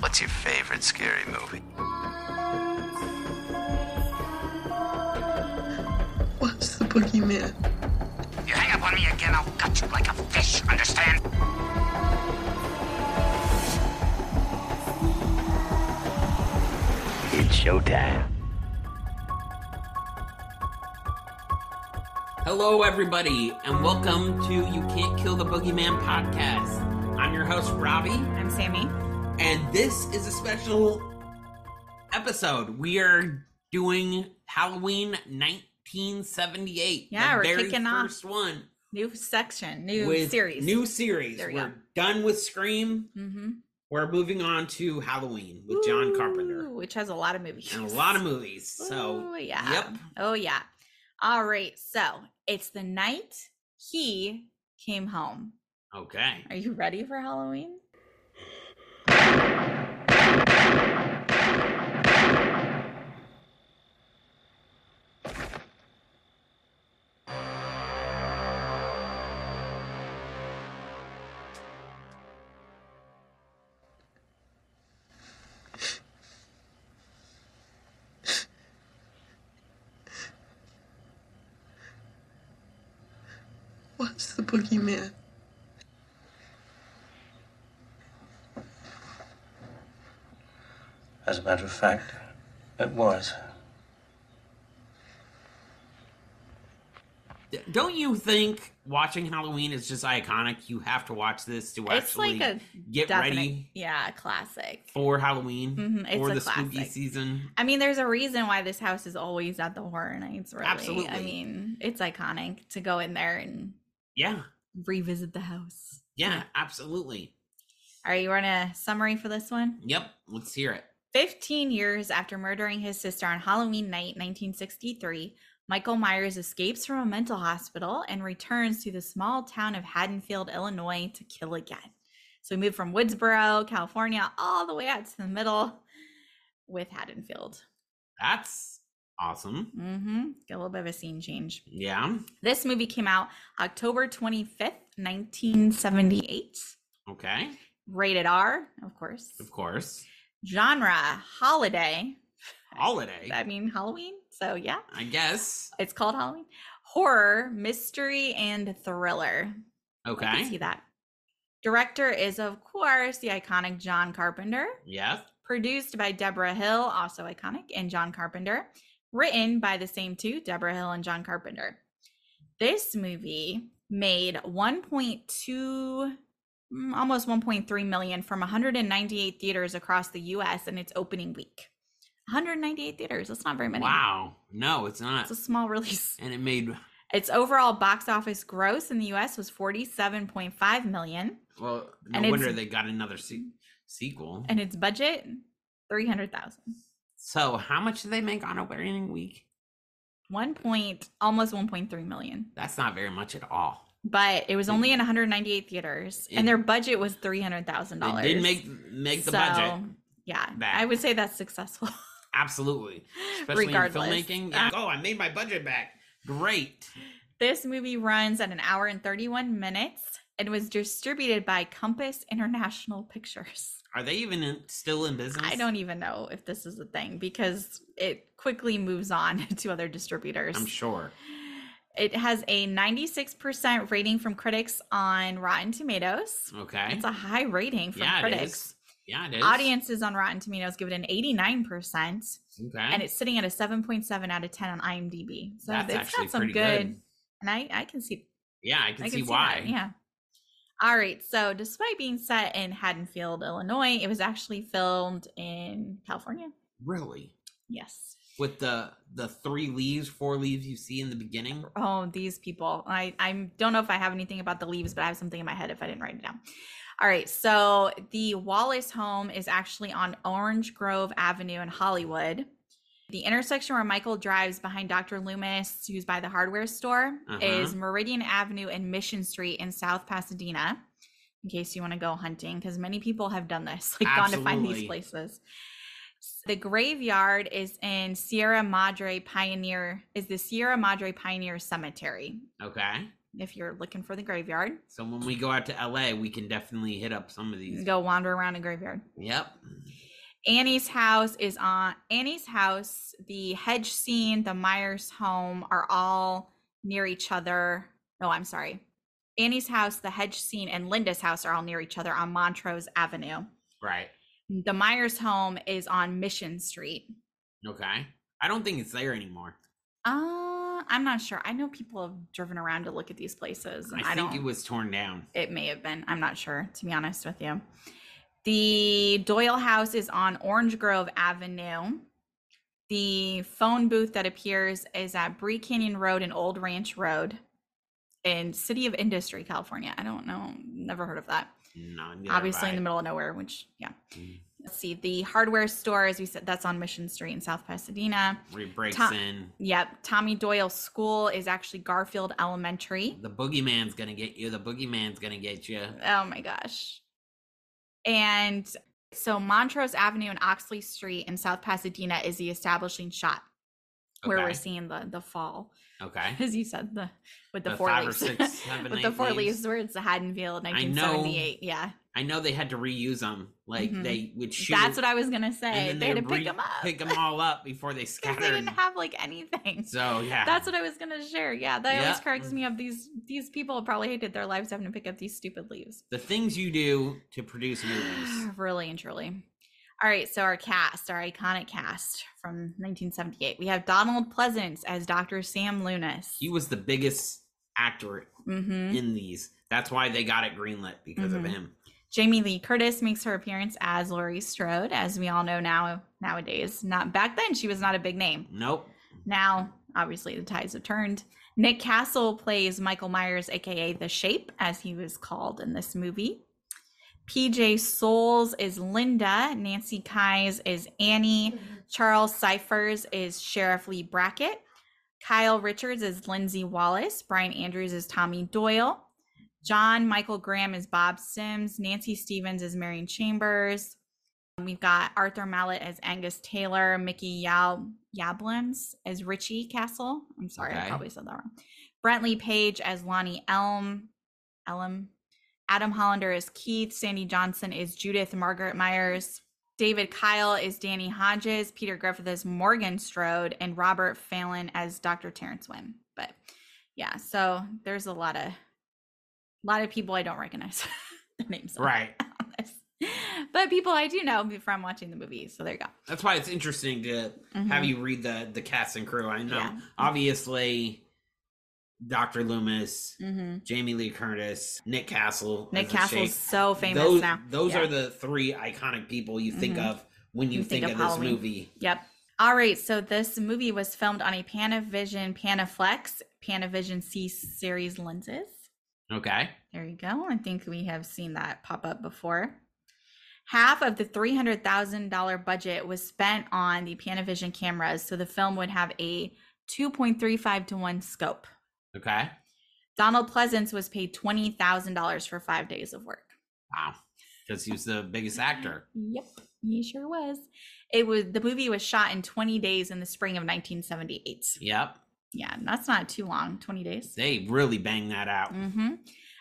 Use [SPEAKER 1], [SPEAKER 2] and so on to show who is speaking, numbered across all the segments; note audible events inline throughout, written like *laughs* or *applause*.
[SPEAKER 1] What's your favorite scary movie?
[SPEAKER 2] What's the boogeyman?
[SPEAKER 3] You hang up on me again, I'll gut you like a fish, understand?
[SPEAKER 1] It's showtime.
[SPEAKER 4] Hello, everybody, and welcome to You Can't Kill the Boogeyman podcast. I'm your host, Robbie,
[SPEAKER 5] I'm Sammy.
[SPEAKER 4] and this is a special episode. We are doing Halloween 1978.
[SPEAKER 5] Yeah,
[SPEAKER 4] the
[SPEAKER 5] we're
[SPEAKER 4] very
[SPEAKER 5] kicking off
[SPEAKER 4] first one
[SPEAKER 5] New section, new
[SPEAKER 4] with
[SPEAKER 5] series.
[SPEAKER 4] New series.
[SPEAKER 5] There we
[SPEAKER 4] We're
[SPEAKER 5] go.
[SPEAKER 4] done with Scream.
[SPEAKER 5] mm-hmm.
[SPEAKER 4] We're moving on to Halloween with John Carpenter
[SPEAKER 5] Which has a lot of movies.
[SPEAKER 4] and a lot of movies. So,
[SPEAKER 5] Oh, yeah.
[SPEAKER 4] yep.
[SPEAKER 5] Oh, yeah. All right. So it's the night he came home.
[SPEAKER 4] okay.
[SPEAKER 5] Are you ready for Halloween?
[SPEAKER 2] What's the boogeyman?
[SPEAKER 1] As a matter of fact, it was.
[SPEAKER 4] D- Don't you think watching Halloween is just iconic? You have to watch this to
[SPEAKER 5] It's
[SPEAKER 4] actually
[SPEAKER 5] like a
[SPEAKER 4] get
[SPEAKER 5] definite-
[SPEAKER 4] ready
[SPEAKER 5] Yeah, classic.
[SPEAKER 4] for Halloween
[SPEAKER 5] Mhm, it's
[SPEAKER 4] for
[SPEAKER 5] a
[SPEAKER 4] the spooky
[SPEAKER 5] classic.
[SPEAKER 4] season.
[SPEAKER 5] I mean, there's a reason why this house is always at the horror nights, really. I
[SPEAKER 4] Absolutely.
[SPEAKER 5] mean, it's iconic to go in there and
[SPEAKER 4] Yeah,
[SPEAKER 5] revisit the house.
[SPEAKER 4] yeah, absolutely.
[SPEAKER 5] All right, you want a summary for this one?
[SPEAKER 4] Yep, let's hear it.
[SPEAKER 5] 15 years after murdering his sister on Halloween night 1963, Michael Myers escapes from a mental hospital and returns to the small town of Haddonfield, Illinois to kill again. So we moved from Woodsboro, California, all the way out to the middle with Haddonfield.
[SPEAKER 4] That's awesome.
[SPEAKER 5] Mm-hmm. Get a little bit of a scene change.
[SPEAKER 4] Yeah,
[SPEAKER 5] This movie came out October 25th, 1978.
[SPEAKER 4] okay,
[SPEAKER 5] Rated R, of course.
[SPEAKER 4] of course.
[SPEAKER 5] Genre, holiday.
[SPEAKER 4] Holiday,
[SPEAKER 5] I mean, Halloween. So, yeah.
[SPEAKER 4] I guess.
[SPEAKER 5] It's called Halloween. Horror, mystery, and thriller. I can see
[SPEAKER 4] Okay,
[SPEAKER 5] that. Director is, of course, the iconic John Carpenter.
[SPEAKER 4] yes,
[SPEAKER 5] Produced by Deborah Hill, also iconic, and John Carpenter. Written by the same two, Deborah Hill and John Carpenter. This movie made 1.2, mm, almost 1.3 million from 198 theaters across the U.S. in its opening week. 198 theaters. That's not very many.
[SPEAKER 4] Wow, no, it's not.
[SPEAKER 5] It's a small release.
[SPEAKER 4] And it made
[SPEAKER 5] Its overall box office gross in the US was 47.5 million
[SPEAKER 4] well. No
[SPEAKER 5] And it's-
[SPEAKER 4] wonder they got another se- sequel.
[SPEAKER 5] and its budget 300,000.
[SPEAKER 4] So, how much did they make on opening week?
[SPEAKER 5] 1 point almost 1.3 million.
[SPEAKER 4] That's not very much at all.
[SPEAKER 5] But it was only in 198 theaters and their budget was $300,000.
[SPEAKER 4] They did make make the budget.
[SPEAKER 5] So, Yeah.
[SPEAKER 4] back.
[SPEAKER 5] I would say that's successful. *laughs*
[SPEAKER 4] Absolutely, especially
[SPEAKER 5] Regardless.
[SPEAKER 4] in filmmaking. Yeah. oh, I made my budget back. Great.
[SPEAKER 5] This movie runs at an hour and 31 minutes and was distributed by Compass International Pictures.
[SPEAKER 4] Are they even in, still in business?
[SPEAKER 5] I don't even know if this is a *laughs* thing because it quickly moves on to other distributors.
[SPEAKER 4] I'm sure.
[SPEAKER 5] It has a 96% rating from critics on Rotten Tomatoes.
[SPEAKER 4] Okay.
[SPEAKER 5] It's a high rating from
[SPEAKER 4] yeah, it
[SPEAKER 5] critics.
[SPEAKER 4] is. Yeah, it is.
[SPEAKER 5] Audiences on Rotten Tomatoes give it an 89%,
[SPEAKER 4] Okay.
[SPEAKER 5] and it's sitting at a 7.7 out of 10 on IMDb. So
[SPEAKER 4] That's
[SPEAKER 5] it's
[SPEAKER 4] actually
[SPEAKER 5] got some
[SPEAKER 4] pretty
[SPEAKER 5] good,
[SPEAKER 4] good.
[SPEAKER 5] and I, I can see
[SPEAKER 4] yeah, I can,
[SPEAKER 5] I
[SPEAKER 4] see,
[SPEAKER 5] can that,
[SPEAKER 4] why.
[SPEAKER 5] Yeah. All right. So, despite being set in Haddonfield, Illinois, it was actually filmed in California.
[SPEAKER 4] Really?
[SPEAKER 5] Yes.
[SPEAKER 4] With the the three leaves, four leaves you see in the beginning.
[SPEAKER 5] Oh, these people. I I don't know if I have anything about the leaves, but I have something in my head if I didn't write it down. All right. So, the Wallace home is actually on Orange Grove Avenue in Hollywood. The intersection where Michael drives behind Dr. Loomis, who's by the hardware store, is
[SPEAKER 4] Uh-huh.
[SPEAKER 5] Meridian Avenue and Mission Street in South Pasadena. In case you want to go hunting, because many people have done this, *laughs* like gone to find
[SPEAKER 4] Absolutely.
[SPEAKER 5] these places. S- The graveyard is in Sierra Madre Pioneer, is the Sierra Madre Pioneer Cemetery.
[SPEAKER 4] Okay.
[SPEAKER 5] If you're looking for the graveyard,
[SPEAKER 4] So when we go out to LA, we can definitely hit up some of these.
[SPEAKER 5] go wander around a graveyard.
[SPEAKER 4] Yep.
[SPEAKER 5] Annie's house is on Annie's house, the hedge scene, the Myers home are all near each other. No, I'm sorry. Annie's house, the hedge scene, and Linda's house are all near each other on Montrose Avenue.
[SPEAKER 4] Right.
[SPEAKER 5] The Myers home is on Mission Street.
[SPEAKER 4] Okay. I don't think it's there anymore.
[SPEAKER 5] Uh, I'm not sure. I know people have driven around to look at these places. and
[SPEAKER 4] I, think
[SPEAKER 5] don't,
[SPEAKER 4] it was torn down.
[SPEAKER 5] it may have been. I'm not sure, to be honest with you. The Doyle House is on Orange Grove Avenue. The phone booth that appears is at Bree Canyon Road and Old Ranch Road in City of Industry, California. I don't know. Never heard of that.
[SPEAKER 4] No,
[SPEAKER 5] Obviously in the middle of nowhere, which, yeah.
[SPEAKER 4] Mm.
[SPEAKER 5] Let's see. The hardware store, as we said, that's on Mission Street in South Pasadena.
[SPEAKER 4] Where he breaks
[SPEAKER 5] Tom-
[SPEAKER 4] in.
[SPEAKER 5] Yep. Tommy Doyle School is actually Garfield Elementary.
[SPEAKER 4] The boogeyman's gonna get you. The boogeyman's gonna get you.
[SPEAKER 5] Oh my gosh. And so Montrose Avenue and Oxley Street in South Pasadena is the establishing shot where
[SPEAKER 4] okay.
[SPEAKER 5] we're seeing the the fall, *laughs*
[SPEAKER 4] Okay.
[SPEAKER 5] as you said, the with the,
[SPEAKER 4] The
[SPEAKER 5] four
[SPEAKER 4] five or
[SPEAKER 5] leaves, *laughs*
[SPEAKER 4] six, seven,
[SPEAKER 5] with the
[SPEAKER 4] eight
[SPEAKER 5] four
[SPEAKER 4] leaves.
[SPEAKER 5] leaves. where it's the Haddonfield,
[SPEAKER 4] I
[SPEAKER 5] nineteen
[SPEAKER 4] know.
[SPEAKER 5] seventy eight. Yeah,
[SPEAKER 4] I know they had to reuse them. Like
[SPEAKER 5] Mhm.
[SPEAKER 4] they would shoot.
[SPEAKER 5] that's what I was gonna say.
[SPEAKER 4] and
[SPEAKER 5] They
[SPEAKER 4] then
[SPEAKER 5] had to
[SPEAKER 4] re-
[SPEAKER 5] pick them up
[SPEAKER 4] Pick 'em all up before they
[SPEAKER 5] *laughs* 'cause
[SPEAKER 4] scattered.
[SPEAKER 5] they didn't have like
[SPEAKER 4] *laughs*
[SPEAKER 5] anything. *laughs*
[SPEAKER 4] so yeah.
[SPEAKER 5] That's what I was gonna share. Yeah, that always
[SPEAKER 4] Yeah.
[SPEAKER 5] cracks me up. These these people probably hated their lives having to pick up these stupid leaves.
[SPEAKER 4] the things you do to produce
[SPEAKER 5] *sighs*
[SPEAKER 4] movies.
[SPEAKER 5] really and truly. All right, so our cast, our iconic cast from 1978. We have Donald Pleasance as Dr. Sam Lunas.
[SPEAKER 4] He was the biggest actor
[SPEAKER 5] hmm
[SPEAKER 4] in these. That's why they got it greenlit because
[SPEAKER 5] Mhm.
[SPEAKER 4] of him.
[SPEAKER 5] Jamie Lee Curtis makes her appearance as Laurie Strode, as we all know now nowadays. Not back then, she was not a big name.
[SPEAKER 4] Nope.
[SPEAKER 5] Now, obviously, the tides have turned. Nick Castle plays Michael Myers, aka The Shape, as he was called in this movie. PJ Souls is Linda. Nancy Kies is Annie. Charles Cyphers is Sheriff Lee Brackett. Kyle Richards is Lindsay Wallace. Brian Andrews is Tommy Doyle. John Michael Graham is Bob Sims. Nancy Stevens is Marion Chambers. We've got Arthur Mallet as Angus Taylor, Mickey Yao Yablans as Richie Castle. I'm sorry, I
[SPEAKER 4] Okay.
[SPEAKER 5] probably said that wrong. Brentley Page as Lonnie Elm. Elm. Adam Hollander is Keith. Sandy Johnson is Judith Margaret Myers. David Kyle is Danny Hodges. Peter Griffith is Morgan Strode, and Robert Phelan as Dr. Terrence Wynn. But yeah, so there's a lot of a lot of people I don't recognize *laughs* the names. of
[SPEAKER 4] Right.
[SPEAKER 5] on this. But people I do know from watching the movie. So there you go.
[SPEAKER 4] That's why it's interesting to have
[SPEAKER 5] Mhm.
[SPEAKER 4] you read the the cast and crew. I know
[SPEAKER 5] Yeah.
[SPEAKER 4] obviously Dr. Loomis,
[SPEAKER 5] Mhm.
[SPEAKER 4] Jamie Lee Curtis, Nick Castle.
[SPEAKER 5] Nick
[SPEAKER 4] as the
[SPEAKER 5] Castle's
[SPEAKER 4] Shake.
[SPEAKER 5] so famous
[SPEAKER 4] those,
[SPEAKER 5] now.
[SPEAKER 4] Those
[SPEAKER 5] Yeah.
[SPEAKER 4] are the three iconic people you think
[SPEAKER 5] Mhm.
[SPEAKER 4] of when you, think, of, this
[SPEAKER 5] Halloween.
[SPEAKER 4] movie.
[SPEAKER 5] Yep. All right. So this movie was filmed on a Panavision Panaflex Panavision C series lenses.
[SPEAKER 4] Okay.
[SPEAKER 5] There you go. I think we have seen that pop up before. Half of the $300,000 budget was spent on the Panavision cameras, so the film would have a 2.35 to 1 scope.
[SPEAKER 4] Okay.
[SPEAKER 5] Donald Pleasance was paid $20,000 for five days of work.
[SPEAKER 4] Wow. Because he was the biggest actor.
[SPEAKER 5] Yep, he sure was. It was the movie was shot in 20 days in the spring of 1978.
[SPEAKER 4] Yep.
[SPEAKER 5] Yeah, that's not too long, 20 days.
[SPEAKER 4] They really banged that out.
[SPEAKER 5] hmm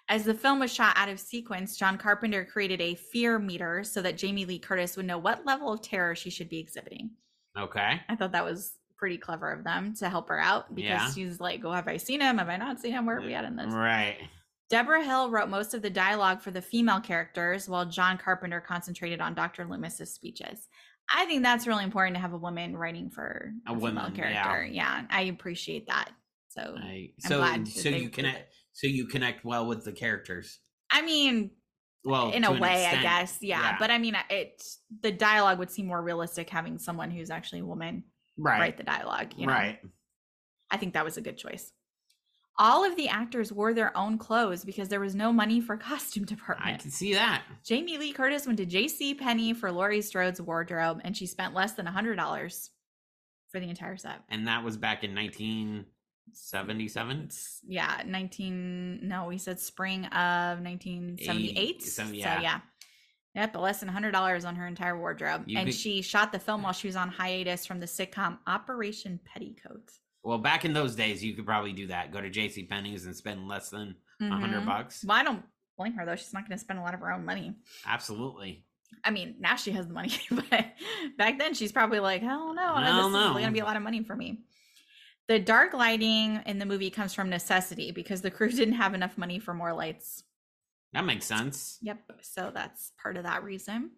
[SPEAKER 5] As the film was shot out of sequence, John Carpenter created a fear meter so that Jamie Lee Curtis would know what level of terror she should be exhibiting.
[SPEAKER 4] Okay.
[SPEAKER 5] I thought that was pretty clever of them to help her out because
[SPEAKER 4] Yeah.
[SPEAKER 5] she's like, "Oh, have I seen him? Have I not seen him? Where are we at in this?"
[SPEAKER 4] Right.
[SPEAKER 5] Deborah Hill wrote most of the dialogue for the female characters, while John Carpenter concentrated on Dr. Loomis's speeches. I think that's really important to have a woman writing for
[SPEAKER 4] A
[SPEAKER 5] a, female
[SPEAKER 4] woman, yeah.
[SPEAKER 5] character. Yeah. I appreciate that. So, I,
[SPEAKER 4] I, so
[SPEAKER 5] glad that
[SPEAKER 4] so
[SPEAKER 5] they
[SPEAKER 4] you
[SPEAKER 5] did
[SPEAKER 4] connect so you connect well with the characters.
[SPEAKER 5] mean,
[SPEAKER 4] Well,
[SPEAKER 5] in a
[SPEAKER 4] to an
[SPEAKER 5] way, I
[SPEAKER 4] extent.
[SPEAKER 5] guess, yeah.
[SPEAKER 4] Yeah.
[SPEAKER 5] But I mean, it the dialogue would seem more realistic having someone who's actually a woman
[SPEAKER 4] Right.
[SPEAKER 5] write the dialogue. You know?
[SPEAKER 4] Right.
[SPEAKER 5] I think that was a good choice. All of the actors wore their own clothes because there was no money for *laughs* costume
[SPEAKER 4] I
[SPEAKER 5] department.
[SPEAKER 4] can see that.
[SPEAKER 5] Jamie Lee Curtis went to J.C. Penney for Laurie Strode's wardrobe, and she spent less than hundred dollars for the entire set.
[SPEAKER 4] And that was back in 1977.
[SPEAKER 5] It's- yeah, nineteen. No, we said spring of nineteen
[SPEAKER 4] Eight,
[SPEAKER 5] seventy-eight.
[SPEAKER 4] so,
[SPEAKER 5] So
[SPEAKER 4] yeah.
[SPEAKER 5] yeah, yep, but less than hundred dollars on her entire wardrobe,
[SPEAKER 4] You
[SPEAKER 5] and
[SPEAKER 4] could-
[SPEAKER 5] she shot the film while she was on hiatus from the sitcom Operation Petticoat.
[SPEAKER 4] Well, back in those days, you could probably do that. Go to J.C. Penney's and spend less than a
[SPEAKER 5] Mhm.
[SPEAKER 4] hundred bucks.
[SPEAKER 5] Well, I don't blame her though. She's not going to spend a lot of her own money.
[SPEAKER 4] Absolutely.
[SPEAKER 5] I mean, now she has the money, *laughs* but back then she's probably like, hell no, I
[SPEAKER 4] Hell
[SPEAKER 5] this is
[SPEAKER 4] no.
[SPEAKER 5] going to be a lot of money for me. The dark lighting in the movie comes from necessity because the crew *laughs* didn't have enough money for more lights.
[SPEAKER 4] That makes sense.
[SPEAKER 5] Yep. So that's part of that reason.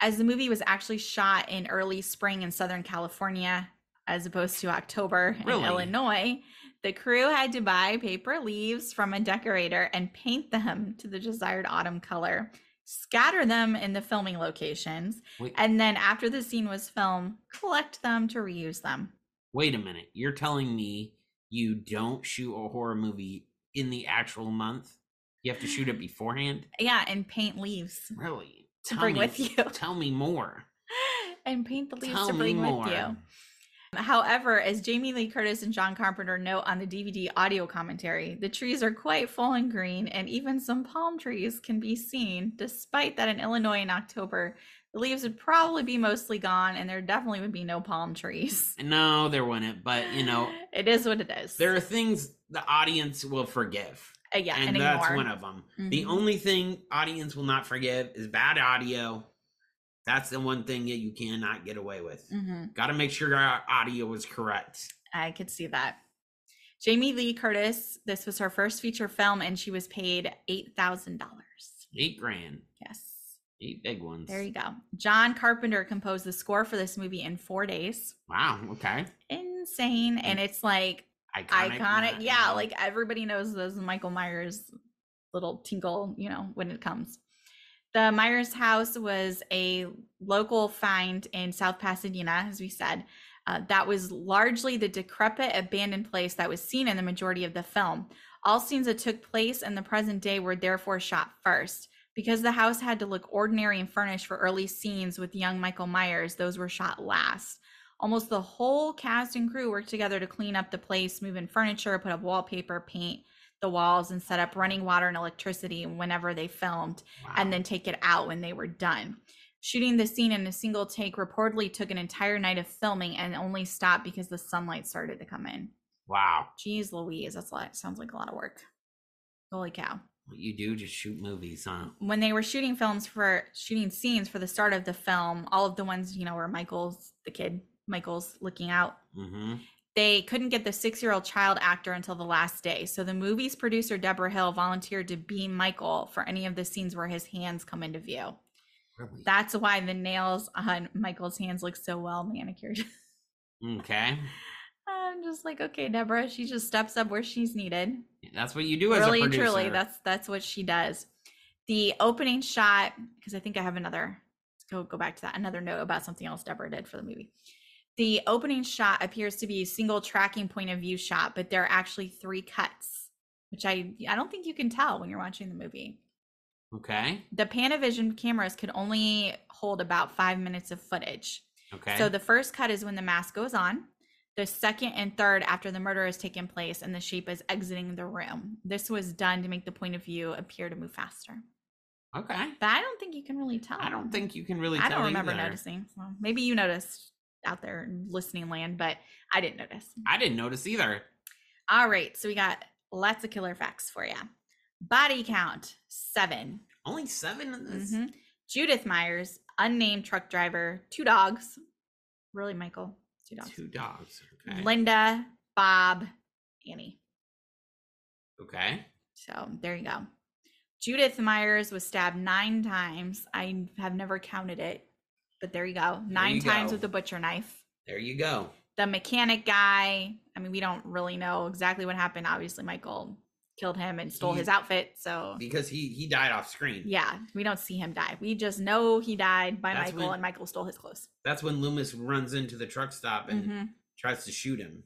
[SPEAKER 5] As the movie was actually shot in early spring in Southern California, as opposed to October
[SPEAKER 4] Really?
[SPEAKER 5] in Illinois, the crew had to buy paper leaves from a decorator and paint them to the desired autumn color, scatter them in the filming locations,
[SPEAKER 4] Wait.
[SPEAKER 5] and then after the scene was filmed, collect them to reuse them.
[SPEAKER 4] Wait a minute. You're telling me you don't shoot a horror movie in the actual month? You have to shoot
[SPEAKER 5] *sighs*
[SPEAKER 4] it beforehand?
[SPEAKER 5] Yeah, and paint leaves *laughs*
[SPEAKER 4] Really?
[SPEAKER 5] to bring
[SPEAKER 4] me,
[SPEAKER 5] with you.
[SPEAKER 4] Tell me more.
[SPEAKER 5] and paint the leaves
[SPEAKER 4] Tell
[SPEAKER 5] to
[SPEAKER 4] me
[SPEAKER 5] bring
[SPEAKER 4] more.
[SPEAKER 5] with you. However, as Jamie Lee Curtis and John Carpenter note on the DVD audio commentary, the trees are quite full and green, and even some palm trees can be seen, despite that in Illinois in October, the leaves would probably be mostly gone, and there definitely would be no palm trees.
[SPEAKER 4] No, there wouldn't. *laughs* But you know,
[SPEAKER 5] it is what it is. *sighs*
[SPEAKER 4] there are things the audience will forgive,
[SPEAKER 5] Uh, yeah,
[SPEAKER 4] and,
[SPEAKER 5] and
[SPEAKER 4] that's
[SPEAKER 5] ignore.
[SPEAKER 4] one of them. The
[SPEAKER 5] Mhm.
[SPEAKER 4] only thing audience will not forgive is bad audio. That's the one thing that you cannot get away with.
[SPEAKER 5] Mhm.
[SPEAKER 4] Got to make sure our audio is correct.
[SPEAKER 5] I could see that. Jamie Lee Curtis, this was her first feature film, and she was paid eight thousand dollars.
[SPEAKER 4] Eight grand,
[SPEAKER 5] Yes.
[SPEAKER 4] eight big ones.
[SPEAKER 5] There you go. John Carpenter composed the score for this movie in four days.
[SPEAKER 4] Wow. Okay.
[SPEAKER 5] Insane. And it's like
[SPEAKER 4] Iconic.
[SPEAKER 5] iconic.
[SPEAKER 4] not-
[SPEAKER 5] Yeah, like everybody knows those Michael Myers little tinkle, you know, when it comes. The Myers house was a local find in South Pasadena, as we said. Uh, that was largely the decrepit, abandoned place that was seen in the majority of the film. All scenes that took place in the present day were therefore shot first. Because the house had to look ordinary and furnished for early scenes with young Michael Myers, those were shot last. Almost the whole cast and crew worked together to clean up the place, move in furniture, put up wallpaper, paint the walls, and set up running water and electricity whenever they filmed,
[SPEAKER 4] Wow.
[SPEAKER 5] and then take it out when they were done. Shooting the scene in a single take reportedly took an entire night of filming and only stopped because the sunlight started to come in.
[SPEAKER 4] wow,
[SPEAKER 5] Jeez Louise, that's a lot. Sounds like a lot of work. Holy cow
[SPEAKER 4] what you do just shoot movies, huh?
[SPEAKER 5] when they were shooting films for shooting scenes for the start of the film, all of the ones, you know, where Michael's the kid, Michael's looking out,
[SPEAKER 4] Mm-hmm.
[SPEAKER 5] they couldn't get the six year old child actor until the last day. So the movie's producer, Deborah Hill, volunteered to be Michael for any of the scenes where his hands come into view.
[SPEAKER 4] Really?
[SPEAKER 5] That's why the nails on Michael's hands look so well manicured.
[SPEAKER 4] okay.
[SPEAKER 5] *laughs* I'm just like, okay, Deborah, she just steps up where she's needed.
[SPEAKER 4] That's what you do as
[SPEAKER 5] really
[SPEAKER 4] a
[SPEAKER 5] and
[SPEAKER 4] producer.
[SPEAKER 5] truly that's that's what she does the opening shot because i think i have another go go back to that another note about something else deborah did for the movie the opening shot appears to be a single tracking point of view shot but there are actually three cuts which i i don't think you can tell when you're watching the movie
[SPEAKER 4] okay.
[SPEAKER 5] the panavision cameras could only hold about five minutes of footage
[SPEAKER 4] Okay.
[SPEAKER 5] so the first cut is when the mask goes on. The second and third after the murder has taken place and the shape is exiting the room. This was done to make the point of view appear to move faster.
[SPEAKER 4] okay.
[SPEAKER 5] But I don't think you can really tell.
[SPEAKER 4] I don't think you can really.
[SPEAKER 5] I
[SPEAKER 4] tell
[SPEAKER 5] don't remember
[SPEAKER 4] either.
[SPEAKER 5] noticing. So maybe you noticed out there in listening land, but I didn't notice.
[SPEAKER 4] I didn't notice either.
[SPEAKER 5] All right, so we got lots of killer facts for you. Body count 7
[SPEAKER 4] Only seven of this.
[SPEAKER 5] Mhm. Judith Myers, unnamed truck driver, two dogs. Really, Michael? Two dogs.
[SPEAKER 4] Two dogs. Okay.
[SPEAKER 5] Linda, Bob, Annie.
[SPEAKER 4] Okay.
[SPEAKER 5] So there you go. Judith Myers was stabbed nine times. I have never counted it, but there you go. Nine
[SPEAKER 4] you
[SPEAKER 5] times
[SPEAKER 4] go.
[SPEAKER 5] with a butcher knife.
[SPEAKER 4] There you go.
[SPEAKER 5] The mechanic guy, I mean, we don't really know exactly what happened. Obviously, Michael killed him and stole
[SPEAKER 4] He-
[SPEAKER 5] his outfit. So,
[SPEAKER 4] Because he he died off screen.
[SPEAKER 5] yeah, we don't see him die. We just know he died by
[SPEAKER 4] That's
[SPEAKER 5] Michael,
[SPEAKER 4] when-
[SPEAKER 5] and Michael stole his clothes.
[SPEAKER 4] That's when Loomis runs into the truck stop and
[SPEAKER 5] hmm
[SPEAKER 4] tries to shoot him.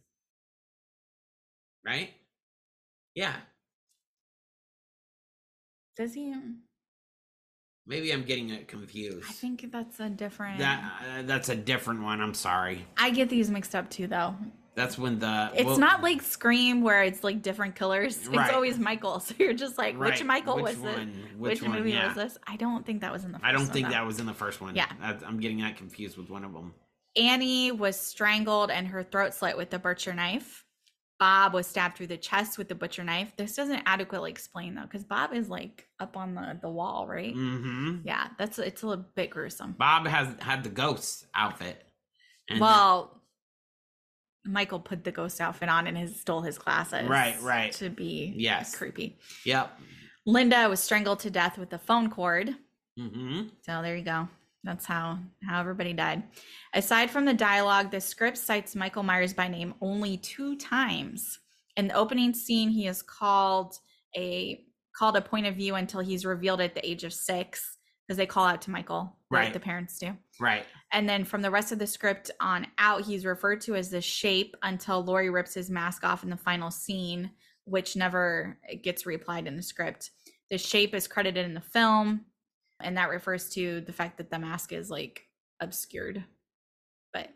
[SPEAKER 4] Right? Yeah.
[SPEAKER 5] Does he?
[SPEAKER 4] Maybe I'm getting it
[SPEAKER 5] I
[SPEAKER 4] confused.
[SPEAKER 5] think that's a different.
[SPEAKER 4] That uh, that's a different one. I'm sorry.
[SPEAKER 5] I get these mixed up too, though.
[SPEAKER 4] That's when the
[SPEAKER 5] It's
[SPEAKER 4] well,
[SPEAKER 5] not like Scream where it's like different killers.
[SPEAKER 4] Right.
[SPEAKER 5] It's always Michael. *laughs* So you're just like, which
[SPEAKER 4] right,
[SPEAKER 5] Michael
[SPEAKER 4] which
[SPEAKER 5] was
[SPEAKER 4] one,
[SPEAKER 5] this?
[SPEAKER 4] Which,
[SPEAKER 5] Which,
[SPEAKER 4] one?
[SPEAKER 5] movie
[SPEAKER 4] yeah.
[SPEAKER 5] was this? I don't think that was in the first
[SPEAKER 4] I don't
[SPEAKER 5] one,
[SPEAKER 4] think
[SPEAKER 5] though.
[SPEAKER 4] that was in the first one.
[SPEAKER 5] Yeah.
[SPEAKER 4] I, I'm getting that confused with one of them.
[SPEAKER 5] Annie was strangled and her throat slit with a butcher knife. Bob was stabbed through the chest with the butcher knife. This doesn't adequately explain though, because Bob is like up on the, the wall, right?
[SPEAKER 4] hmm
[SPEAKER 5] Yeah, that's it's a little bit gruesome.
[SPEAKER 4] Bob has had the ghost outfit. And
[SPEAKER 5] well, Michael put the ghost outfit on and his stole his glasses.
[SPEAKER 4] Right, right.
[SPEAKER 5] To be
[SPEAKER 4] Yes.
[SPEAKER 5] creepy.
[SPEAKER 4] Yep.
[SPEAKER 5] Linda was strangled to death with a phone cord.
[SPEAKER 4] hmm
[SPEAKER 5] So there you go. That's how how everybody died. Aside from the dialogue, the script cites Michael Myers by name only two times. In the opening scene, he is called a called a point of view until he's revealed at the age of six, because they call out to Michael,
[SPEAKER 4] Right.
[SPEAKER 5] Like the parents do.
[SPEAKER 4] Right.
[SPEAKER 5] And then from the rest of the script on out, he's referred to as the shape until Laurie rips his mask off in the final scene, which never gets reapplied in the script. The shape is credited in the film, and that refers to the fact that the mask is like obscured. But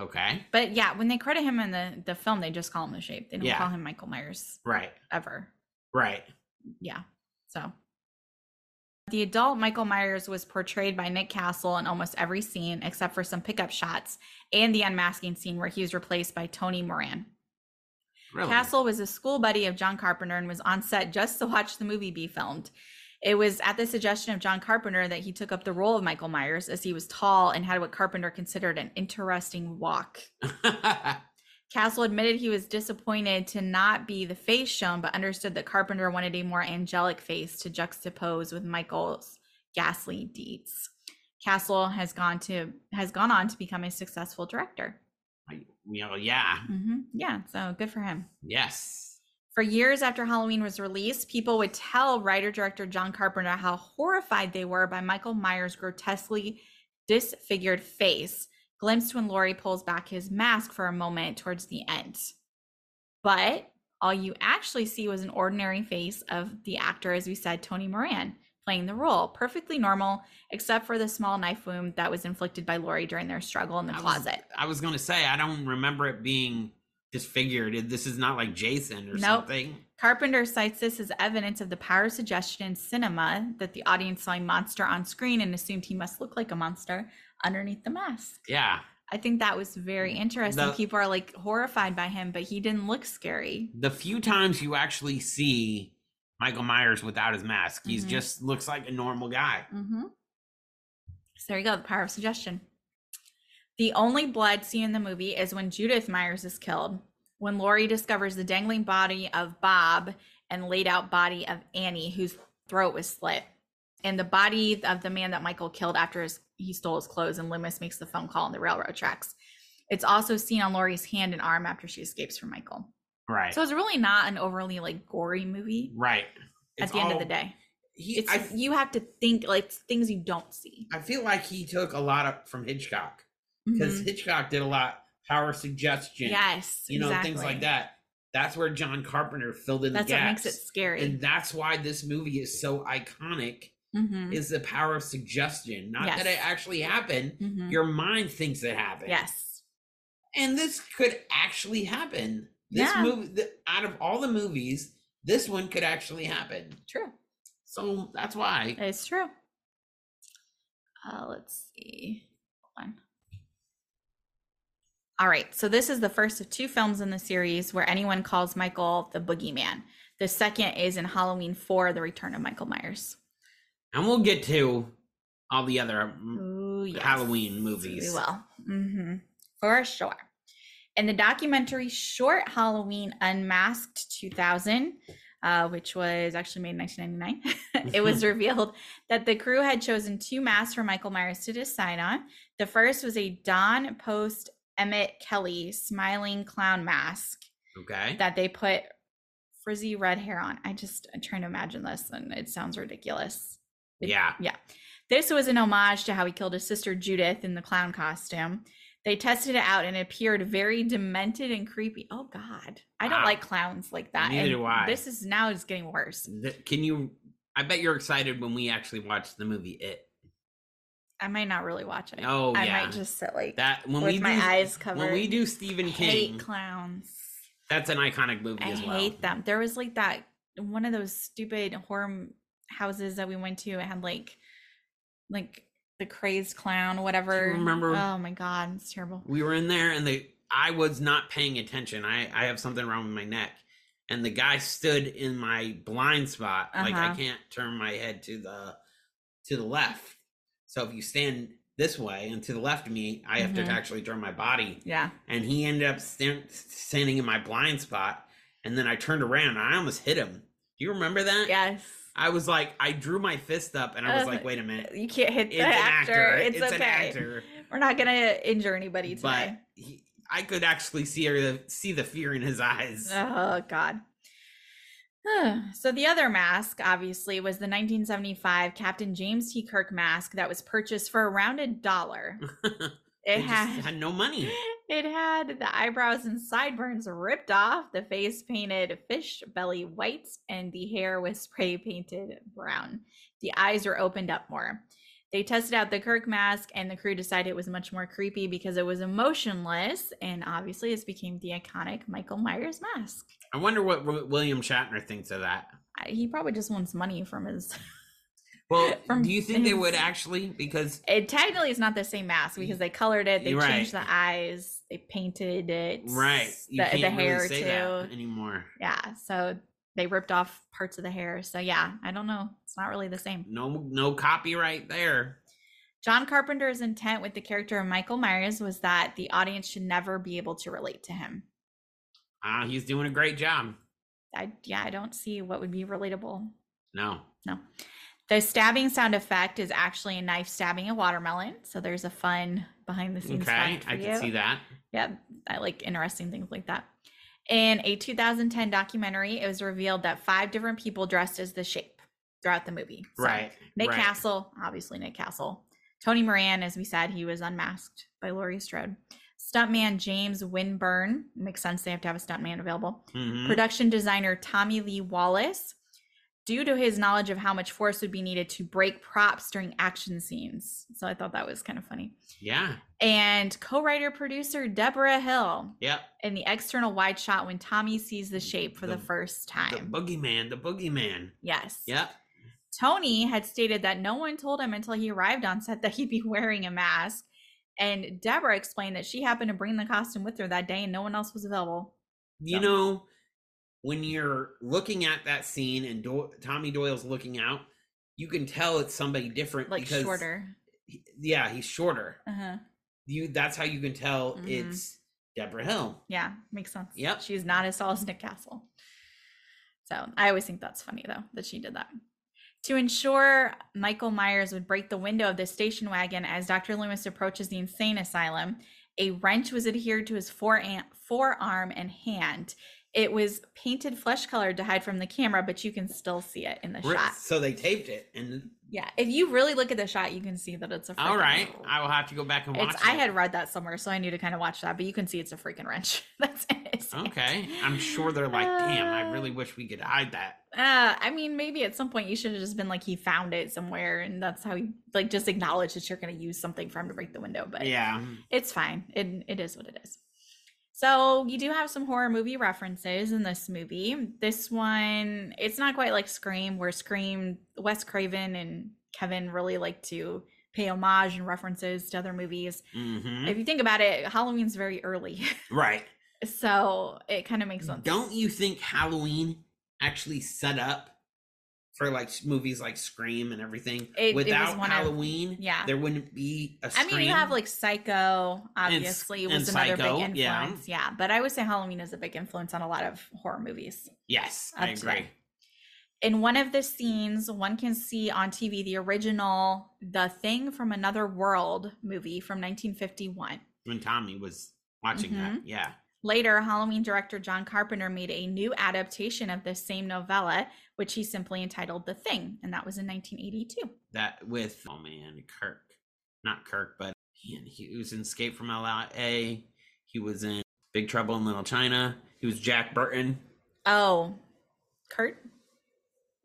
[SPEAKER 4] Okay.
[SPEAKER 5] but yeah, when they credit him in the the film, they just call him the shape. They don't
[SPEAKER 4] Yeah.
[SPEAKER 5] call him Michael Myers
[SPEAKER 4] Right.
[SPEAKER 5] ever.
[SPEAKER 4] Right.
[SPEAKER 5] Yeah. So the adult Michael Myers was portrayed by Nick Castle in almost every scene except for some pickup shots and the unmasking scene where he was replaced by Tony Moran.
[SPEAKER 4] Really.
[SPEAKER 5] Castle was a school buddy of John Carpenter and was on set just to watch the movie be filmed. It was at the suggestion of John Carpenter that he took up the role of Michael Myers as he was tall and had what Carpenter considered an interesting walk. Castle admitted he was disappointed to not be the face shown, but understood that Carpenter wanted a more angelic face to juxtapose with Michael's ghastly deeds. Castle has gone to has gone on to become a successful director.
[SPEAKER 4] Like, *laughs* you know, yeah.
[SPEAKER 5] Mhm. Yeah, so good for him.
[SPEAKER 4] Yes.
[SPEAKER 5] For years after Halloween was released, people would tell writer director John Carpenter how horrified they were by Michael Myers' grotesquely disfigured face, glimpsed when Laurie pulls back his mask for a moment towards the end. But all you actually see was an ordinary face of the actor, as we said, Tony Moran, playing the role, perfectly normal, except for the small knife wound that was inflicted by Laurie during their struggle in the
[SPEAKER 4] I was-
[SPEAKER 5] closet.
[SPEAKER 4] I was gonna say I don't remember it being disfigured. This is not like Jason or
[SPEAKER 5] Nope.
[SPEAKER 4] something.
[SPEAKER 5] Carpenter cites this as evidence of the power of suggestion in cinema that the audience saw a monster on screen and assumed he must look like a monster underneath the mask.
[SPEAKER 4] Yeah.
[SPEAKER 5] I think that was very interesting.
[SPEAKER 4] The-
[SPEAKER 5] People are like horrified by him, but he didn't look scary.
[SPEAKER 4] The few times you actually see Michael Myers without his mask, he's
[SPEAKER 5] Mhm.
[SPEAKER 4] just looks like a normal guy.
[SPEAKER 5] Mm-hmm. So there you go, the power of suggestion. The only blood seen in the movie is when Judith Myers is killed, when Laurie discovers the dangling body of Bob and laid out body of Annie, whose throat was slit, and the body of the man that Michael killed after his, he stole his clothes, and Loomis makes the phone call on the railroad tracks. It's also seen on Laurie's hand and arm after she escapes from Michael.
[SPEAKER 4] Right.
[SPEAKER 5] So it's really not an overly like gory movie
[SPEAKER 4] right.
[SPEAKER 5] at the end of the
[SPEAKER 4] all-
[SPEAKER 5] day.
[SPEAKER 4] He,
[SPEAKER 5] It's
[SPEAKER 4] I,
[SPEAKER 5] you have to think like it's things you don't see.
[SPEAKER 4] I feel like he took a lot of, from Hitchcock because
[SPEAKER 5] Mhm.
[SPEAKER 4] Hitchcock did a lot power suggestion.
[SPEAKER 5] Yes,
[SPEAKER 4] You know, things like
[SPEAKER 5] exactly.
[SPEAKER 4] that. That's where John Carpenter filled in
[SPEAKER 5] That's
[SPEAKER 4] the
[SPEAKER 5] what
[SPEAKER 4] gaps.
[SPEAKER 5] makes it scary.
[SPEAKER 4] and that's why this movie is so iconic
[SPEAKER 5] Mhm,
[SPEAKER 4] is the power of suggestion. Not that
[SPEAKER 5] Yes.
[SPEAKER 4] it actually happened.
[SPEAKER 5] mhm.
[SPEAKER 4] Your mind thinks it happened.
[SPEAKER 5] Yes,
[SPEAKER 4] And this could actually happen. This
[SPEAKER 5] Yeah.
[SPEAKER 4] movie, th- out of all the movies, this one could actually happen.
[SPEAKER 5] true.
[SPEAKER 4] So that's why.
[SPEAKER 5] It's true. Uh, let's see. Hold on. All right. So this is the first of two films in the series where anyone calls Michael the boogeyman. The second is in Halloween 4, The Return of Michael Myers.
[SPEAKER 4] And we'll get to all the other mm,
[SPEAKER 5] Ooh, yes.
[SPEAKER 4] Halloween
[SPEAKER 5] We
[SPEAKER 4] movies.
[SPEAKER 5] will. hmm For Mm-hmm. sure. In the documentary short Halloween Unmasked 2000, uh, which was actually made in 1999, *laughs* it was revealed that the crew had chosen two masks for Michael Myers to decide on. The first was a Don Post Emmett Kelly smiling clown mask
[SPEAKER 4] Okay.
[SPEAKER 5] that they put frizzy red hair on. I just I'm trying to imagine this and it sounds ridiculous. It-
[SPEAKER 4] yeah.
[SPEAKER 5] This was an homage to how he killed his sister Judith in the clown costume. They tested it out and it appeared very demented and creepy. Oh God. I don't
[SPEAKER 4] Wow.
[SPEAKER 5] like clowns like that.
[SPEAKER 4] Neither
[SPEAKER 5] and
[SPEAKER 4] do I.
[SPEAKER 5] This is now it's getting worse.
[SPEAKER 4] Th- Can you? I bet you're excited when we actually watch the movie It.
[SPEAKER 5] I might not really watch it.
[SPEAKER 4] Oh
[SPEAKER 5] I
[SPEAKER 4] yeah.
[SPEAKER 5] might just sit like
[SPEAKER 4] that when
[SPEAKER 5] with
[SPEAKER 4] we
[SPEAKER 5] my
[SPEAKER 4] do,
[SPEAKER 5] eyes covered.
[SPEAKER 4] when we do Stephen King,
[SPEAKER 5] hate clowns.
[SPEAKER 4] that's an iconic movie
[SPEAKER 5] I
[SPEAKER 4] as well.
[SPEAKER 5] hate them. There was like that one of those stupid horror m- houses that we went to. It had like like the crazed clown, whatever.
[SPEAKER 4] remember-
[SPEAKER 5] Oh my god, it's terrible.
[SPEAKER 4] we were in there and the i was not paying attention i i have something wrong with my neck and the guy stood in my blind spot like i
[SPEAKER 5] Uh-huh.
[SPEAKER 4] can't turn my head to the to the left so if you stand this way and to the left of me i have
[SPEAKER 5] Mhm.
[SPEAKER 4] to actually turn my body *laughs*
[SPEAKER 5] Yeah.
[SPEAKER 4] and he ended up stand, standing in my blind spot and then i turned around and i almost hit him do you remember that
[SPEAKER 5] Yes.
[SPEAKER 4] i was like i drew my fist up and i was
[SPEAKER 5] Uh,
[SPEAKER 4] like wait a minute
[SPEAKER 5] You can't hit the
[SPEAKER 4] it's an
[SPEAKER 5] actor.
[SPEAKER 4] actor,
[SPEAKER 5] It's,
[SPEAKER 4] it's
[SPEAKER 5] okay.
[SPEAKER 4] an actor
[SPEAKER 5] We're not gonna injure anybody today.
[SPEAKER 4] but he, I could actually see her, see the fear in his eyes. *laughs*
[SPEAKER 5] Oh God. *sighs* so the other mask, obviously, was the 1975 Captain James T. Kirk mask that was purchased for around a dollar.
[SPEAKER 4] They
[SPEAKER 5] It
[SPEAKER 4] just *laughs*
[SPEAKER 5] had
[SPEAKER 4] had no money.
[SPEAKER 5] It had the eyebrows and sideburns ripped off, the face painted fish belly white, and the hair was *laughs* spray painted brown. The eyes were opened up more. They tested out the Kirk mask, and the crew decided it was much more creepy because it was emotionless, and obviously, this became the iconic Michael Myers mask.
[SPEAKER 4] I wonder what Wi- William Shatner thinks of that.
[SPEAKER 5] I- He probably just wants money from his. *laughs*
[SPEAKER 4] Well,
[SPEAKER 5] From
[SPEAKER 4] do you think they
[SPEAKER 5] his-
[SPEAKER 4] would actually? Because
[SPEAKER 5] It technically is not the same mask because they colored it, they
[SPEAKER 4] You're right.
[SPEAKER 5] changed the eyes, they painted it,
[SPEAKER 4] right, you
[SPEAKER 5] the,
[SPEAKER 4] can't
[SPEAKER 5] the
[SPEAKER 4] really
[SPEAKER 5] hair
[SPEAKER 4] say
[SPEAKER 5] too.
[SPEAKER 4] that anymore.
[SPEAKER 5] Yeah. So they ripped off parts of the hair. So yeah, I don't know. It's not really the same.
[SPEAKER 4] No, no copyright there.
[SPEAKER 5] John Carpenter's intent with the character of Michael Myers was that the audience should never be able to relate to him.
[SPEAKER 4] Ah, he's doing a great job.
[SPEAKER 5] I yeah, I don't see what would be relatable.
[SPEAKER 4] No,
[SPEAKER 5] The stabbing sound effect is actually a knife stabbing a watermelon. So there's a fun behind the scenes.
[SPEAKER 4] okay,
[SPEAKER 5] fact for
[SPEAKER 4] I
[SPEAKER 5] you.
[SPEAKER 4] can see that.
[SPEAKER 5] Yeah, I like interesting things like that. In a 2010 documentary, it was revealed that five different people dressed as the shape throughout the movie. So
[SPEAKER 4] right,
[SPEAKER 5] Nick
[SPEAKER 4] right.
[SPEAKER 5] Castle, obviously Nick Castle. Tony Moran, as we said, he was unmasked by Laurie Strode. Stuntman James Winburn makes sense. They have to have a stuntman available.
[SPEAKER 4] Mhm.
[SPEAKER 5] Production designer Tommy Lee Wallace, due to his knowledge of how much force would be needed to break props during action scenes. So I thought that was kind of funny.
[SPEAKER 4] Yeah,
[SPEAKER 5] And co-writer producer Deborah Hill
[SPEAKER 4] yep.
[SPEAKER 5] in the external wide shot when Tommy sees the shape for the,
[SPEAKER 4] The-
[SPEAKER 5] first
[SPEAKER 4] The
[SPEAKER 5] time.
[SPEAKER 4] boogeyman, the boogeyman.
[SPEAKER 5] yes.
[SPEAKER 4] Yep.
[SPEAKER 5] Tony had stated that no one told him until he arrived on set that he'd be wearing a mask. And Deborah explained that she happened to bring the costume with her that day and no one else was available.
[SPEAKER 4] You
[SPEAKER 5] So-
[SPEAKER 4] know, when you're looking at that scene and Do- Tommy Doyle's looking out, you can tell it's somebody different
[SPEAKER 5] Like
[SPEAKER 4] because
[SPEAKER 5] shorter.
[SPEAKER 4] he- yeah, he's shorter.
[SPEAKER 5] Uh-huh.
[SPEAKER 4] You that's how you can tell
[SPEAKER 5] Mhm.
[SPEAKER 4] it's Deborah Hill.
[SPEAKER 5] Yeah, makes sense.
[SPEAKER 4] Yep.
[SPEAKER 5] She's not as tall as Nick Castle. So I always think that's funny though that she did that. To ensure Michael Myers would break the window of the station wagon as Dr. Loomis approaches the insane asylum, a wrench was adhered to his forearm, forearm and hand. It was painted flesh colored to hide from the camera, but you can still see it in the
[SPEAKER 4] Re-
[SPEAKER 5] shot.
[SPEAKER 4] So they taped it, and
[SPEAKER 5] Yeah, if you really look at the shot, you can see that it's a. Freaking,
[SPEAKER 4] all right, I will have to go back and watch.
[SPEAKER 5] it's, I
[SPEAKER 4] it.
[SPEAKER 5] had read that somewhere, so I knew to kind of watch that. But you can see it's a freaking wrench. *laughs* That's it. It's-
[SPEAKER 4] okay. I'm sure they're like, damn, I
[SPEAKER 5] Uh, *laughs*
[SPEAKER 4] really wish we could hide that.
[SPEAKER 5] Uh, I mean, maybe at some point you should have just been like he found it somewhere, and that's how he like just acknowledge that you're gonna use something for him to break the window. But
[SPEAKER 4] Yeah,
[SPEAKER 5] it's fine. It it is what it is. So you do have some horror movie references in this movie. This one, it's not quite like Scream, where Scream, Wes Craven and Kevin really like to pay homage and references to other movies.
[SPEAKER 4] hmm
[SPEAKER 5] If you think about it, Halloween's very early, *laughs*
[SPEAKER 4] right.
[SPEAKER 5] so it kind of makes sense.
[SPEAKER 4] Don't you think Halloween actually set up for like movies like Scream and everything.
[SPEAKER 5] It- it was
[SPEAKER 4] Without
[SPEAKER 5] one of-
[SPEAKER 4] Halloween,
[SPEAKER 5] yeah.
[SPEAKER 4] there wouldn't be a
[SPEAKER 5] I
[SPEAKER 4] Scream.
[SPEAKER 5] mean, you have like Psycho, obviously,
[SPEAKER 4] and
[SPEAKER 5] was another
[SPEAKER 4] Psycho,
[SPEAKER 5] big
[SPEAKER 4] yeah.
[SPEAKER 5] influence. Yeah. But I would say Halloween is a big influence on a lot of horror movies.
[SPEAKER 4] yes, I
[SPEAKER 5] up to
[SPEAKER 4] agree.
[SPEAKER 5] that. In one of the scenes, one can see on TV the original The Thing from Another World movie from 1951.
[SPEAKER 4] When Tommy was watching that,
[SPEAKER 5] Mm-hmm.
[SPEAKER 4] yeah,
[SPEAKER 5] Later, Halloween director John Carpenter made a new adaptation of this same novella, which he simply entitled The Thing, and that was in 1982.
[SPEAKER 4] that with oh man, Kirk, not Kirk, but man, he was in Escape from L.A. He was in Big Trouble in Little China. He was Jack Burton,
[SPEAKER 5] Oh, Kurt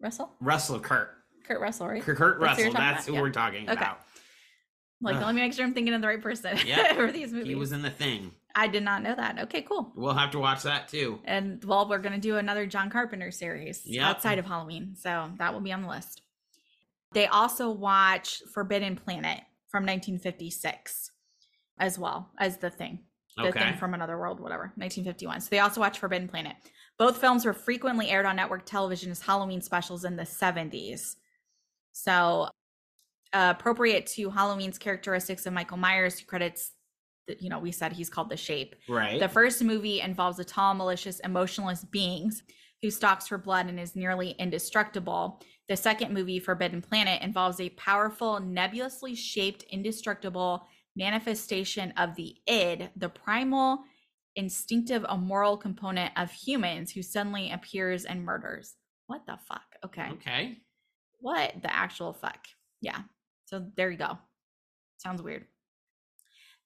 [SPEAKER 5] Russell?
[SPEAKER 4] Russell Kurt,
[SPEAKER 5] Kurt Russell, right?
[SPEAKER 4] Kurt, Kurt
[SPEAKER 5] That's who you're
[SPEAKER 4] Russell.
[SPEAKER 5] talking
[SPEAKER 4] That's
[SPEAKER 5] about?
[SPEAKER 4] who
[SPEAKER 5] Yeah.
[SPEAKER 4] we're talking
[SPEAKER 5] Okay.
[SPEAKER 4] about.
[SPEAKER 5] Like,
[SPEAKER 4] Ugh.
[SPEAKER 5] let me make sure I'm thinking of the right person
[SPEAKER 4] Yeah.
[SPEAKER 5] *laughs* for these movies.
[SPEAKER 4] He was in the thing.
[SPEAKER 5] I did not know that. Okay, cool.
[SPEAKER 4] We'll have to watch that too.
[SPEAKER 5] And well, we're going to do another John Carpenter series
[SPEAKER 4] Yep.
[SPEAKER 5] outside of Halloween. So that will be on the list. They also watch Forbidden Planet from 1956 as well as The Thing. The
[SPEAKER 4] Okay.
[SPEAKER 5] Thing from Another World, whatever, 1951. So they also watch Forbidden Planet. Both films were frequently aired on network television as Halloween specials in the 70s. So uh, appropriate to Halloween's characteristics of Michael Myers, who credits, that you know, we said he's called the shape.
[SPEAKER 4] Right.
[SPEAKER 5] The first movie involves a tall, malicious, emotionless being who stalks for blood and is nearly indestructible. The second movie, Forbidden Planet, involves a powerful, nebulously shaped, indestructible manifestation of the id, the primal, instinctive, immoral component of humans who suddenly appears and murders. What the fuck? Okay.
[SPEAKER 4] okay.
[SPEAKER 5] What the actual fuck? Yeah. So there you go. Sounds weird.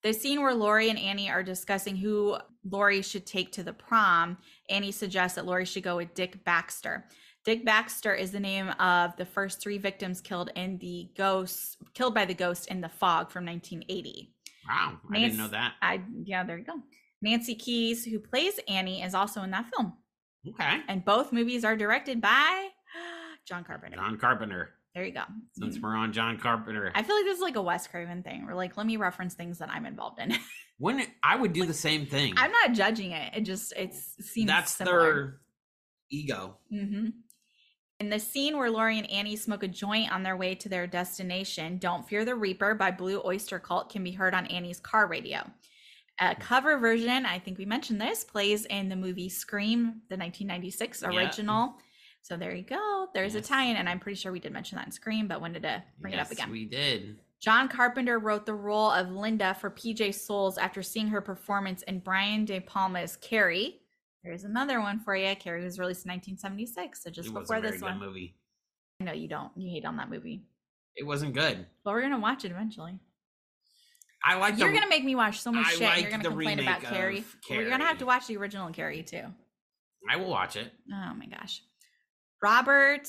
[SPEAKER 5] The scene where Lori and Annie are discussing who Lori should take to the prom, Annie suggests that Lori should go with Dick Baxter. Dick Baxter is the name of the first three victims killed in the ghost killed by the ghost in the fog from 1980.
[SPEAKER 4] Wow. I didn't know
[SPEAKER 5] Nancy-
[SPEAKER 4] that.
[SPEAKER 5] I yeah, there you go. Nancy Keys, who plays Annie, is also in that film.
[SPEAKER 4] Okay.
[SPEAKER 5] And both movies are directed by *gasps* John Carpenter.
[SPEAKER 4] John Carpenter.
[SPEAKER 5] There you go. Mm-hmm.
[SPEAKER 4] Since we're on John Carpenter,
[SPEAKER 5] I feel like this is like a Wes Craven thing. We're like, let me reference things that I'm involved
[SPEAKER 4] Hmm.
[SPEAKER 5] in.
[SPEAKER 4] when I would do the same thing.
[SPEAKER 5] I'm not judging it. It just it seems
[SPEAKER 4] That's
[SPEAKER 5] similar.
[SPEAKER 4] their ego.
[SPEAKER 5] hmm In the scene where Lori and Annie smoke a joint on their way to their destination, "Don't Fear the Reaper" by Blue Oyster Cult can be heard on Annie's car radio. A
[SPEAKER 4] Hmm.
[SPEAKER 5] cover version, I think we mentioned this, plays in the movie Scream, the 1996
[SPEAKER 4] Yeah.
[SPEAKER 5] original. So there you go. There's
[SPEAKER 4] Yes.
[SPEAKER 5] a tie-in, and I'm pretty sure we did mention that in Scream, but wanted to bring it up
[SPEAKER 4] Yes,
[SPEAKER 5] again.
[SPEAKER 4] We did.
[SPEAKER 5] John Carpenter wrote the role of Linda for PJ Souls after seeing her performance in Brian De Palma's Carrie. There's another one for you. Carrie was released in 1976, so just
[SPEAKER 4] it was a
[SPEAKER 5] before
[SPEAKER 4] very
[SPEAKER 5] this
[SPEAKER 4] good
[SPEAKER 5] one.
[SPEAKER 4] movie.
[SPEAKER 5] I know you don't. You hate on that movie,
[SPEAKER 4] It wasn't good.
[SPEAKER 5] but we're gonna watch it eventually.
[SPEAKER 4] I like.
[SPEAKER 5] you're
[SPEAKER 4] the,
[SPEAKER 5] gonna make me watch so much
[SPEAKER 4] I
[SPEAKER 5] shit. and
[SPEAKER 4] like
[SPEAKER 5] you're gonna
[SPEAKER 4] the
[SPEAKER 5] complain about
[SPEAKER 4] remake of
[SPEAKER 5] Carrie. We're gonna have
[SPEAKER 4] Carrie.
[SPEAKER 5] to watch the original Carrie too.
[SPEAKER 4] I will watch it.
[SPEAKER 5] Oh my gosh, Robert.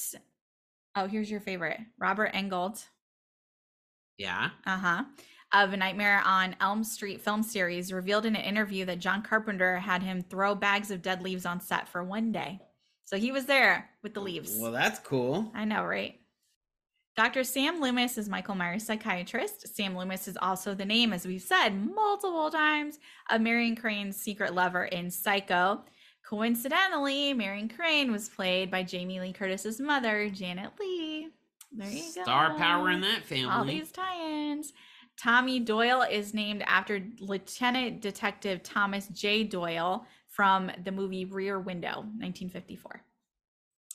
[SPEAKER 5] Oh, here's your favorite, Robert Engold.
[SPEAKER 4] Yeah.
[SPEAKER 5] uh-huh of a nightmare on elm street film series revealed in an interview that john carpenter had him throw bags of dead leaves on set for one day so he was there with the leaves
[SPEAKER 4] Well, that's cool.
[SPEAKER 5] i know right dr sam loomis is michael myers psychiatrist sam loomis is also the name as we've said multiple times of marion crane's secret lover in psycho coincidentally marion crane was played by jamie lee curtis's mother janet lee there you go
[SPEAKER 4] Star power in that family.
[SPEAKER 5] all these tie-ins. Tommy Doyle is named after Lieutenant Detective Thomas J. Doyle from the movie Rear Window, 1954.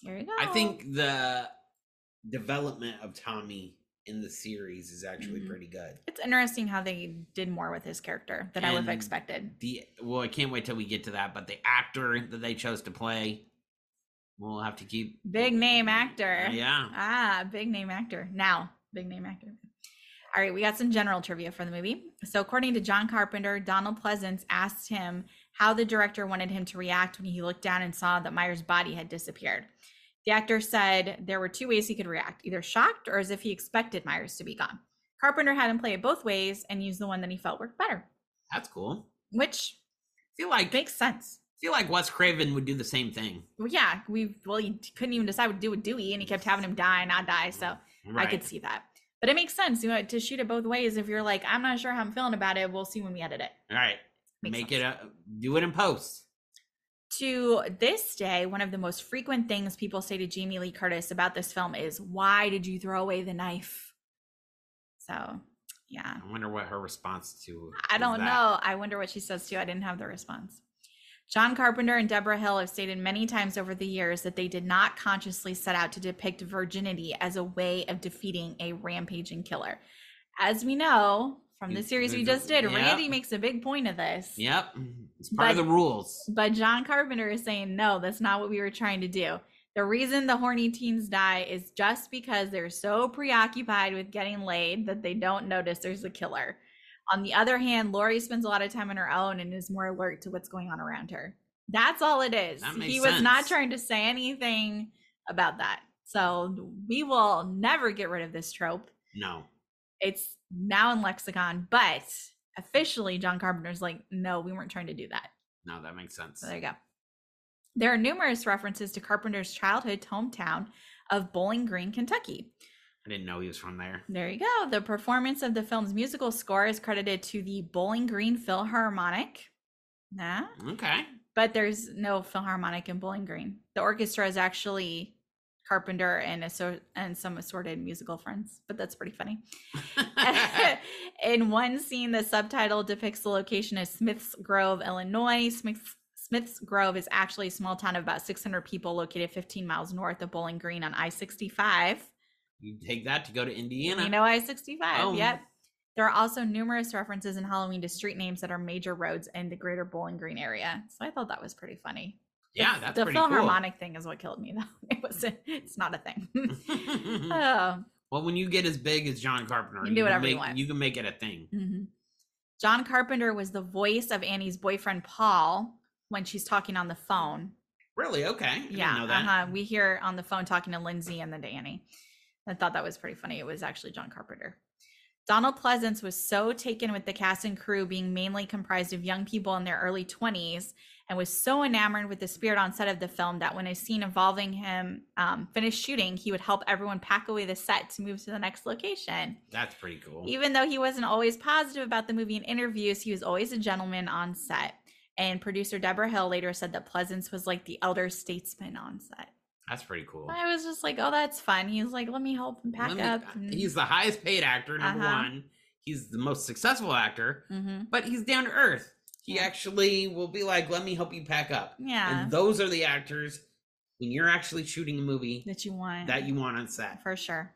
[SPEAKER 5] There you go.
[SPEAKER 4] I think the development of Tommy in the series is actually
[SPEAKER 5] Mhm.
[SPEAKER 4] pretty good.
[SPEAKER 5] it's interesting how they did more with his character than I would have
[SPEAKER 4] And-
[SPEAKER 5] expected.
[SPEAKER 4] The well, I can't wait till we get to that. But the actor that they chose to play, we'll have to keep
[SPEAKER 5] Big name actor.
[SPEAKER 4] Yeah.
[SPEAKER 5] Ah, big name actor. Now, big name actor. All right, we got some general trivia for the movie. So, according to John Carpenter, Donald Pleasance asked him how the director wanted him to react when he looked down and saw that Meyer's body had disappeared. The actor said there were two ways he could react either shocked or as if he expected Myers to be gone. Carpenter had him play it both ways and used the one that he felt worked better,
[SPEAKER 4] That's cool.
[SPEAKER 5] which
[SPEAKER 4] I feel like
[SPEAKER 5] makes sense.
[SPEAKER 4] I feel like Wes Craven would do the same thing.
[SPEAKER 5] Well, yeah, we well, he couldn't even decide what to do with Dewey, and he kept having him die and not die. So, I could see that. But it makes sense, you know, to shoot it both ways. If you're like, I'm not sure how I'm feeling about it, we'll see when we edit it.
[SPEAKER 4] All right.
[SPEAKER 5] Makes
[SPEAKER 4] Make
[SPEAKER 5] sense.
[SPEAKER 4] it a do it in post.
[SPEAKER 5] To this day, one of the most frequent things people say to Jamie Lee Curtis about this film is, Why did you throw away the knife? So, yeah.
[SPEAKER 4] I wonder what her response to.
[SPEAKER 5] I
[SPEAKER 4] is
[SPEAKER 5] don't
[SPEAKER 4] that.
[SPEAKER 5] know. I wonder what she says too. I didn't have the response. John Carpenter and Deborah Hill have stated many times over the years that they did not consciously set out to depict virginity as a way of defeating a rampaging killer. As we know from the
[SPEAKER 4] It's-
[SPEAKER 5] series we
[SPEAKER 4] it's a-
[SPEAKER 5] just did,
[SPEAKER 4] yeah.
[SPEAKER 5] Randy makes a big point of this.
[SPEAKER 4] Yep, it's part of
[SPEAKER 5] But-
[SPEAKER 4] the rules.
[SPEAKER 5] But John Carpenter is saying, no, that's not what we were trying to do. The reason the horny teens die is just because they're so preoccupied with getting laid that they don't notice there's a killer. On the other hand, Lori spends a lot of time on her own and is more alert to what's going on around her. That's all it is.
[SPEAKER 4] That makes
[SPEAKER 5] He was not
[SPEAKER 4] sense.
[SPEAKER 5] trying to say anything about that. So we will never get rid of this trope
[SPEAKER 4] No,
[SPEAKER 5] it's now in lexicon, but officially John Carpenter's like, no, we weren't trying to do that.
[SPEAKER 4] no, that makes sense.
[SPEAKER 5] So there you go. There are numerous references to Carpenter's childhood hometown of Bowling Green, Kentucky.
[SPEAKER 4] I didn't know he was from there.
[SPEAKER 5] There you go. The performance of the film's musical score is credited to the Bowling Green Philharmonic. Nah, *laughs*
[SPEAKER 4] Okay, *laughs*
[SPEAKER 5] but there's no Philharmonic in Bowling Green. The orchestra is actually Carpenter and asso- and some assorted musical friends, but that's pretty funny. *laughs* In one scene, the subtitle depicts the location as Smiths Grove, Illinois. Smiths, Smiths Grove is actually a small town of about 600 people located 15 miles north of Bowling Green on I 65.
[SPEAKER 4] you take that to go to Indiana.
[SPEAKER 5] You know I 65.
[SPEAKER 4] Oh.
[SPEAKER 5] Yep. There are also numerous references in Halloween to street names that are major roads in the greater Bowling Green area. So I thought that was pretty funny.
[SPEAKER 4] yeah, that's
[SPEAKER 5] the
[SPEAKER 4] pretty
[SPEAKER 5] Philharmonic thing is what killed me, though. *laughs* It was it's not a
[SPEAKER 4] *laughs*
[SPEAKER 5] thing.
[SPEAKER 4] cool.
[SPEAKER 5] oh,
[SPEAKER 4] well, when you get as big as John Carpenter,
[SPEAKER 5] You can do
[SPEAKER 4] can
[SPEAKER 5] whatever you
[SPEAKER 4] make-
[SPEAKER 5] want.
[SPEAKER 4] can make it a thing.
[SPEAKER 5] Mhm. John Carpenter was the voice of Annie's boyfriend Paul when she's talking on the phone.
[SPEAKER 4] Really? Okay. I
[SPEAKER 5] yeah,
[SPEAKER 4] Didn't know that.
[SPEAKER 5] uh-huh. we hear on the phone talking to Lindsay and then to Annie. I thought that was pretty funny. It was actually John Carpenter. Donald Pleasance was so taken with the cast and crew being mainly comprised of young people in their early 20s and was so enamored with the spirit on set of the film that when a scene involving him um, finished shooting, he would help everyone pack away the set to move to the next location.
[SPEAKER 4] That's pretty cool.
[SPEAKER 5] Even though he wasn't always positive about the movie in interviews, he was always a gentleman on set. And producer Deborah Hill later said that Pleasance was like the elder statesman on set.
[SPEAKER 4] that's pretty cool.
[SPEAKER 5] I was just like, oh, that's fun. He's like, let me help him pack
[SPEAKER 4] Let me- uh,
[SPEAKER 5] up.
[SPEAKER 4] He's the highest paid actor, number
[SPEAKER 5] Uh-huh.
[SPEAKER 4] one. He's the most successful actor,
[SPEAKER 5] hmm
[SPEAKER 4] but he's down to earth. He
[SPEAKER 5] Yeah.
[SPEAKER 4] actually will be like, "Let me help you pack up."
[SPEAKER 5] Yeah,
[SPEAKER 4] And those are the actors when you're actually shooting a movie
[SPEAKER 5] that you want.
[SPEAKER 4] that you want on set.
[SPEAKER 5] For sure.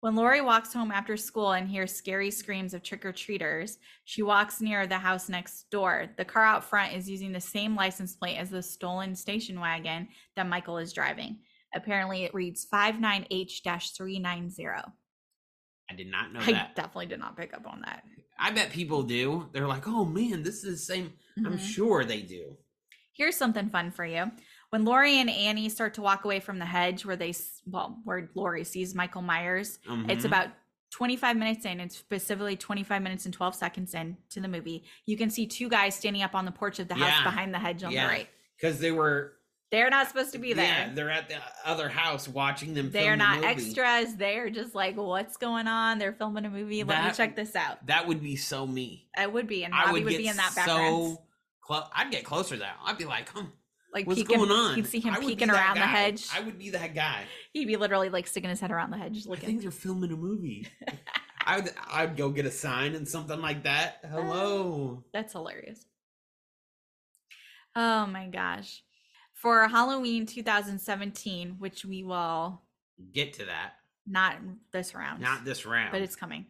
[SPEAKER 5] When Lori walks home after school and hears scary screams of trick or treaters, she walks near the house next door. The car out front is using the same license plate as the stolen station wagon that Michael is driving. Apparently, it reads 59H-390.
[SPEAKER 4] I did not know
[SPEAKER 5] I
[SPEAKER 4] that.
[SPEAKER 5] definitely did not pick up on that.
[SPEAKER 4] I bet people do. They're like, "Oh man, this is the same." I'm
[SPEAKER 5] Mhm.
[SPEAKER 4] sure they do.
[SPEAKER 5] Here's something fun for you. When Lori and Annie start to walk away from the hedge where they, s- well, where Lori sees Michael Myers, It's
[SPEAKER 4] Mhm.
[SPEAKER 5] about 25 minutes in, and specifically 25 minutes and 12 seconds in to the movie. You can see two guys standing up on the porch of the house
[SPEAKER 4] Yeah.
[SPEAKER 5] behind the hedge on
[SPEAKER 4] Yeah.
[SPEAKER 5] the right.
[SPEAKER 4] because they were
[SPEAKER 5] They're not supposed to be
[SPEAKER 4] Yeah,
[SPEAKER 5] there.
[SPEAKER 4] they're at the other house watching them.
[SPEAKER 5] they are
[SPEAKER 4] film the
[SPEAKER 5] not
[SPEAKER 4] movie.
[SPEAKER 5] extras. They're just like, what's going on? They're filming a movie. Let me
[SPEAKER 4] That-
[SPEAKER 5] check this out.
[SPEAKER 4] That would be so me.
[SPEAKER 5] I would be, and
[SPEAKER 4] I
[SPEAKER 5] Robbie
[SPEAKER 4] would,
[SPEAKER 5] would,
[SPEAKER 4] get
[SPEAKER 5] be in that background,
[SPEAKER 4] so close. I'd get closer to that. I'd be like, "Hmm,
[SPEAKER 5] like
[SPEAKER 4] what's
[SPEAKER 5] peeking.
[SPEAKER 4] going on?
[SPEAKER 5] You'd see him
[SPEAKER 4] I would be
[SPEAKER 5] peeking
[SPEAKER 4] that
[SPEAKER 5] around the
[SPEAKER 4] guy.
[SPEAKER 5] hedge.
[SPEAKER 4] I would be that guy.
[SPEAKER 5] He'd be literally like sticking his head around the hedge,
[SPEAKER 4] I think
[SPEAKER 5] looking.
[SPEAKER 4] they're filming
[SPEAKER 5] *laughs*
[SPEAKER 4] a movie. I would I'd go get a sign and something like that. Hello.
[SPEAKER 5] That's hilarious. Oh my gosh! For Halloween 2017, which we will
[SPEAKER 4] Get to that.
[SPEAKER 5] not this round,
[SPEAKER 4] Not this round.
[SPEAKER 5] but
[SPEAKER 4] *laughs*
[SPEAKER 5] it's *laughs* coming.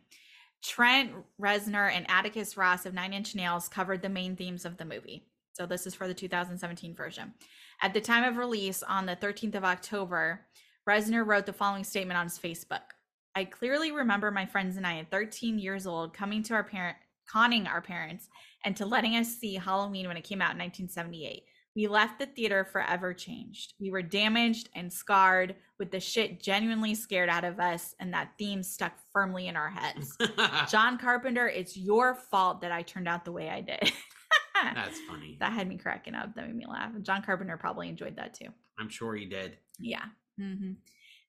[SPEAKER 5] Trent Reznor and Atticus Ross of Nine Inch Nails covered the main themes of the movie. So this is for the 2017 version. At the time of release on the 13th of October, Reznor wrote the following statement on his Facebook. I clearly remember my friends and I at 13 years old coming to our parent conning our parents and to letting us see Halloween when it came out in 1978. We left the theater forever changed. We were damaged and scarred with the shit genuinely scared out of us, and that theme stuck firmly in our heads.
[SPEAKER 4] Mm.
[SPEAKER 5] John Carpenter, it's your fault that I turned out the way I did. *laughs*
[SPEAKER 4] That's funny.
[SPEAKER 5] that had me cracking up. That made me laugh. John Carpenter probably enjoyed that too.
[SPEAKER 4] I'm sure he did.
[SPEAKER 5] Yeah. hmm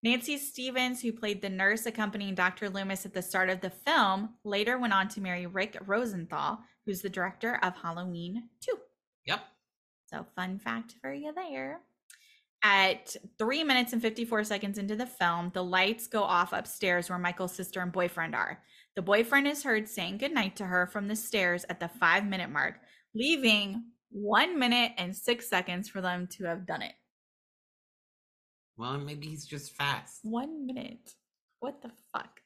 [SPEAKER 5] Nancy Stevens, who played the nurse accompanying Dr. Loomis at the start of the film, later went on to marry Rick Rosenthal, who's the director of Halloween 2.
[SPEAKER 4] Yep.
[SPEAKER 5] So So, fun fact for you there. At three minutes and 54 seconds into the film, the lights go off upstairs where Michael's sister and boyfriend are. The boyfriend is heard saying goodnight to her from the stairs at the five minute mark, leaving one minute and six seconds for them to have done it.
[SPEAKER 4] Well, maybe he's just fast.
[SPEAKER 5] One minute. What the fuck?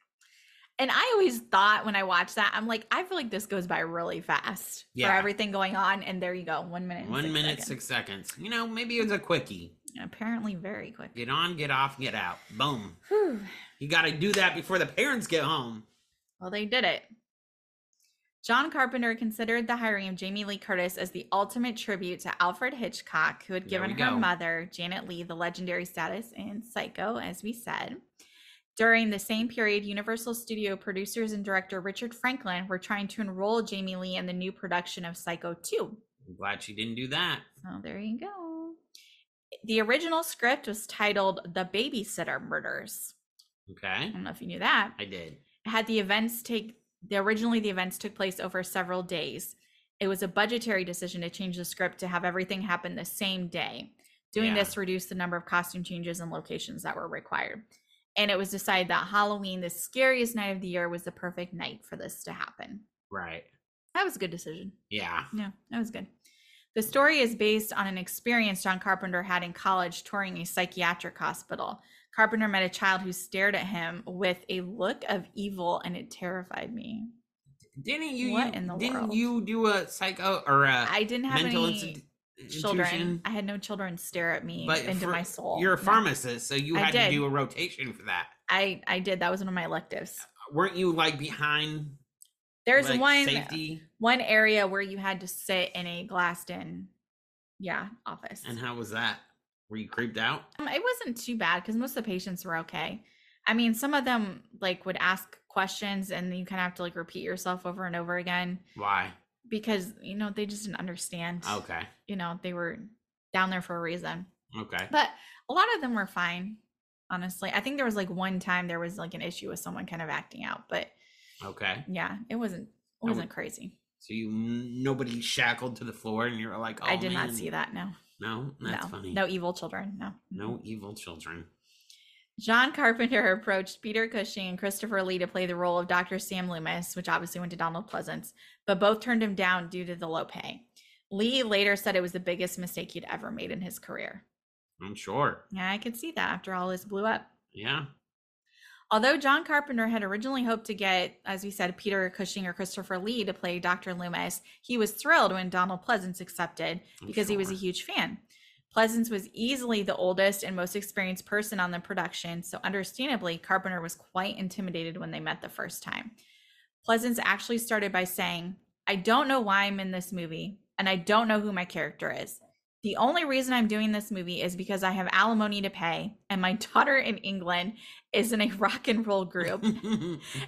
[SPEAKER 5] And I always thought when I watched that, I'm like, I feel like this goes by really fast for
[SPEAKER 4] Yeah.
[SPEAKER 5] everything going on. And there you go, one minute. and
[SPEAKER 4] One
[SPEAKER 5] six
[SPEAKER 4] minute,
[SPEAKER 5] seconds.
[SPEAKER 4] six seconds. You know, maybe it's a quickie.
[SPEAKER 5] Apparently, very quick.
[SPEAKER 4] Get on, get off, get out. Boom.
[SPEAKER 5] Whew.
[SPEAKER 4] You got to do that before the parents get home.
[SPEAKER 5] Well, they did it. John Carpenter considered the hiring of Jamie Lee Curtis as the ultimate tribute to Alfred Hitchcock, who had
[SPEAKER 4] There
[SPEAKER 5] given
[SPEAKER 4] we
[SPEAKER 5] her
[SPEAKER 4] go.
[SPEAKER 5] mother, Janet Lee, the legendary status in Psycho, as we said. During the same period, Universal Studio producers and director Richard Franklin were trying to enroll Jamie Lee in the new production of Psycho 2.
[SPEAKER 4] I'm glad she didn't do that.
[SPEAKER 5] So there you go. The original script was titled The Babysitter Murders. I
[SPEAKER 4] Okay.
[SPEAKER 5] don't know if you knew that
[SPEAKER 4] I did.
[SPEAKER 5] had the events take the originally the events took place over several days. It was a budgetary decision to change the script to have everything happen the same day. Doing
[SPEAKER 4] Yeah.
[SPEAKER 5] this reduced the number of costume changes and locations that were required. And it was decided that Halloween, the scariest night of the year, was the perfect night for this to happen.
[SPEAKER 4] Right.
[SPEAKER 5] That was a good decision.
[SPEAKER 4] Yeah.
[SPEAKER 5] Yeah, that was good. The story is based on an experience John Carpenter had in college touring a psychiatric hospital. Carpenter met a child who stared at him with a look of evil and it terrified me.
[SPEAKER 4] Didn't you?
[SPEAKER 5] What
[SPEAKER 4] you-
[SPEAKER 5] in the
[SPEAKER 4] didn't
[SPEAKER 5] world?
[SPEAKER 4] you do a psycho or a
[SPEAKER 5] I didn't have
[SPEAKER 4] Uh, mental
[SPEAKER 5] any
[SPEAKER 4] insti-
[SPEAKER 5] children.
[SPEAKER 4] institution?
[SPEAKER 5] I had no children stare at me
[SPEAKER 4] But
[SPEAKER 5] into
[SPEAKER 4] for-
[SPEAKER 5] my soul.
[SPEAKER 4] You're a
[SPEAKER 5] No.
[SPEAKER 4] pharmacist, so you
[SPEAKER 5] I
[SPEAKER 4] had
[SPEAKER 5] did.
[SPEAKER 4] to do a rotation for that.
[SPEAKER 5] I, I did. That was one of my electives.
[SPEAKER 4] Weren't you like behind?
[SPEAKER 5] There's
[SPEAKER 4] like,
[SPEAKER 5] one
[SPEAKER 4] safety.
[SPEAKER 5] one area where you had to sit in a glassed in yeah, office.
[SPEAKER 4] And how was that? Were you creeped out?
[SPEAKER 5] Um, it wasn't too bad because most of the patients were okay. I mean, some of them like would ask questions and you kind of have to like repeat yourself over and over again
[SPEAKER 4] Why?
[SPEAKER 5] because you know they just didn't understand.
[SPEAKER 4] Okay.
[SPEAKER 5] You know, they were down there for a reason.
[SPEAKER 4] Okay.
[SPEAKER 5] But a lot of them were fine, honestly. I think there was like one time there was like an issue with someone kind of acting out, but
[SPEAKER 4] Okay.
[SPEAKER 5] yeah, it wasn't it
[SPEAKER 4] would-
[SPEAKER 5] wasn't crazy.
[SPEAKER 4] So you nobody shackled to the floor, and you're like, oh,
[SPEAKER 5] I did not
[SPEAKER 4] man.
[SPEAKER 5] see that. No.
[SPEAKER 4] No, that's
[SPEAKER 5] no.
[SPEAKER 4] funny.
[SPEAKER 5] No evil children. No.
[SPEAKER 4] no evil children.
[SPEAKER 5] John Carpenter approached Peter Cushing and Christopher Lee to play the role of Dr. Sam Loomis, which obviously went to Donald Pleasance, but both turned him down due to the low pay. Lee later said it was the biggest mistake he'd ever made in his career.
[SPEAKER 4] I'm sure.
[SPEAKER 5] Yeah, I could see that after all this blew up.
[SPEAKER 4] Yeah.
[SPEAKER 5] Although John Carpenter had originally hoped to get, as we said, Peter Cushing or Christopher Lee to play Dr. Loomis, he was thrilled when Donald Pleasance accepted
[SPEAKER 4] I'm
[SPEAKER 5] because he was a
[SPEAKER 4] sure.
[SPEAKER 5] huge fan. Pleasance was easily the oldest and most experienced person on the production, so understandably, Carpenter was quite intimidated when they met the first time. Pleasance actually started by saying, I don't know why I'm in this movie, and I don't know who my character is. The only reason I'm doing this movie is because I have alimony to pay, and my *laughs* daughter in England is in a rock and roll
[SPEAKER 4] *laughs*
[SPEAKER 5] group.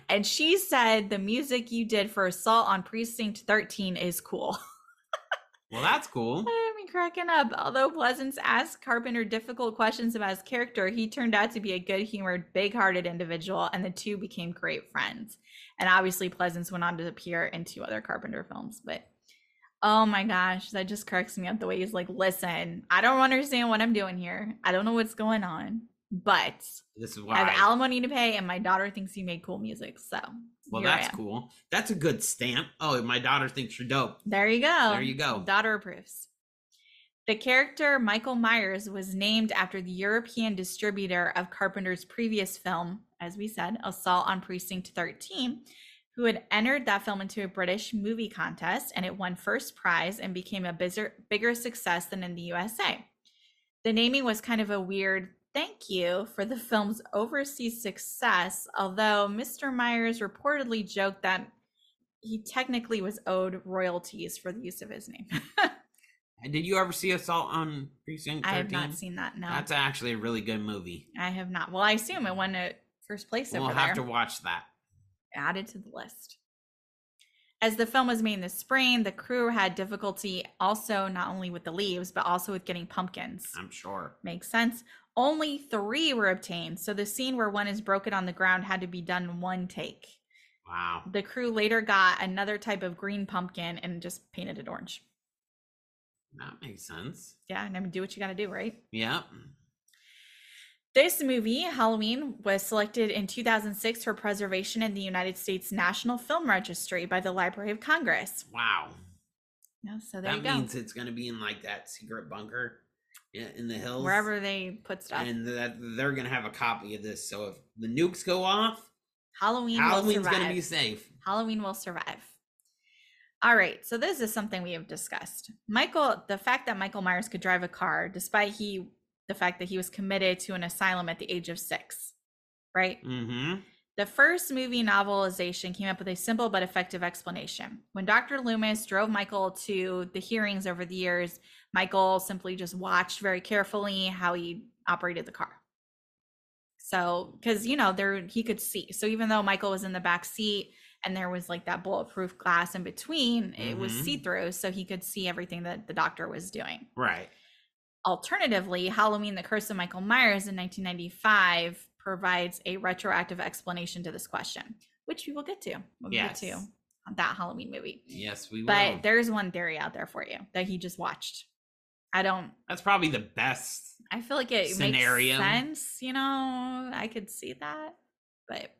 [SPEAKER 5] and she said the music you did for Assault on Precinct 13 is cool.
[SPEAKER 4] well,
[SPEAKER 5] *laughs*
[SPEAKER 4] that's cool.
[SPEAKER 5] I'm cracking up. Although Pleasance asked Carpenter difficult questions about his character, he turned out to be a good humored, big hearted individual, and the two became great friends. And obviously, Pleasance went on to appear in two other Carpenter films. But oh my gosh, that just cracks me up the way he's like, listen, I don't understand what I'm doing here. I don't know what's going on, but
[SPEAKER 4] This is
[SPEAKER 5] I
[SPEAKER 4] why.
[SPEAKER 5] have alimony to pay, and my daughter thinks you made cool music. So
[SPEAKER 4] well,
[SPEAKER 5] here I
[SPEAKER 4] that's
[SPEAKER 5] am.
[SPEAKER 4] cool. That's a good stamp. Oh, my daughter thinks you're dope.
[SPEAKER 5] There you go.
[SPEAKER 4] There you go.
[SPEAKER 5] Daughter approves. The character Michael Myers was named after the European distributor of Carpenter's previous film, as we said, Assault on Precinct 13, who had entered that film into a British movie contest and it won first prize and became a bizzer- bigger success than in the USA. The naming was kind of a weird thank you for the film's overseas success, although Mr. Myers reportedly joked that he technically was owed royalties for the use of his name. *laughs*
[SPEAKER 4] And Did you ever see Assault on Precinct 13?
[SPEAKER 5] I have not seen that. No,
[SPEAKER 4] That's actually a really good movie.
[SPEAKER 5] I have not. Well, I assume it won at first place
[SPEAKER 4] we'll
[SPEAKER 5] over
[SPEAKER 4] have
[SPEAKER 5] there.
[SPEAKER 4] to watch that.
[SPEAKER 5] Added to the list. As the film was made in the spring, the crew had difficulty also not only with the leaves but also with getting pumpkins.
[SPEAKER 4] I'm sure.
[SPEAKER 5] Makes sense. Only three were obtained, so the scene where one is broken on the ground had to be done in one take.
[SPEAKER 4] Wow.
[SPEAKER 5] The crew later got another type of green pumpkin and just painted it orange.
[SPEAKER 4] That makes sense.
[SPEAKER 5] Yeah, and I mean, do what you got to do, right?
[SPEAKER 4] Yep.
[SPEAKER 5] This movie, Halloween, was selected in 2006 for preservation in the United States National Film Registry by the Library of Congress.
[SPEAKER 4] Wow.
[SPEAKER 5] Yeah, so there
[SPEAKER 4] That
[SPEAKER 5] you go.
[SPEAKER 4] means it's gonna be in like that secret bunker i- in the hills.
[SPEAKER 5] Wherever they put stuff,
[SPEAKER 4] And that they're gonna have a copy of this. So if the nukes go off,
[SPEAKER 5] Halloween will
[SPEAKER 4] Halloween's
[SPEAKER 5] survive.
[SPEAKER 4] gonna be safe.
[SPEAKER 5] Halloween will survive. All right, so this is something we have discussed. Michael, the fact that Michael Myers could drive a car, despite he, the fact that he was committed to an asylum at the age of six, right?
[SPEAKER 4] Mm-hmm.
[SPEAKER 5] The first movie novelization came up with a simple but effective explanation. When Dr. Loomis drove Michael to the hearings over the years, Michael simply just watched very carefully how he operated the car. So, because you know, there he could see. So even though Michael was in the back seat and there was like that bulletproof glass in between, it was
[SPEAKER 4] Mhm.
[SPEAKER 5] see through, so he could see everything that the doctor was doing.
[SPEAKER 4] Right.
[SPEAKER 5] Alternatively, Halloween The Curse of Michael Myers in 1995 provides a retroactive explanation to this question, which we will get to when we get to
[SPEAKER 4] Yes.
[SPEAKER 5] that Halloween movie.
[SPEAKER 4] Yes, we will.
[SPEAKER 5] But there's one theory out there for you that he just watched. I don't,
[SPEAKER 4] That's probably the best.
[SPEAKER 5] I feel like it
[SPEAKER 4] Scenario.
[SPEAKER 5] makes sense, you know, I could see that. But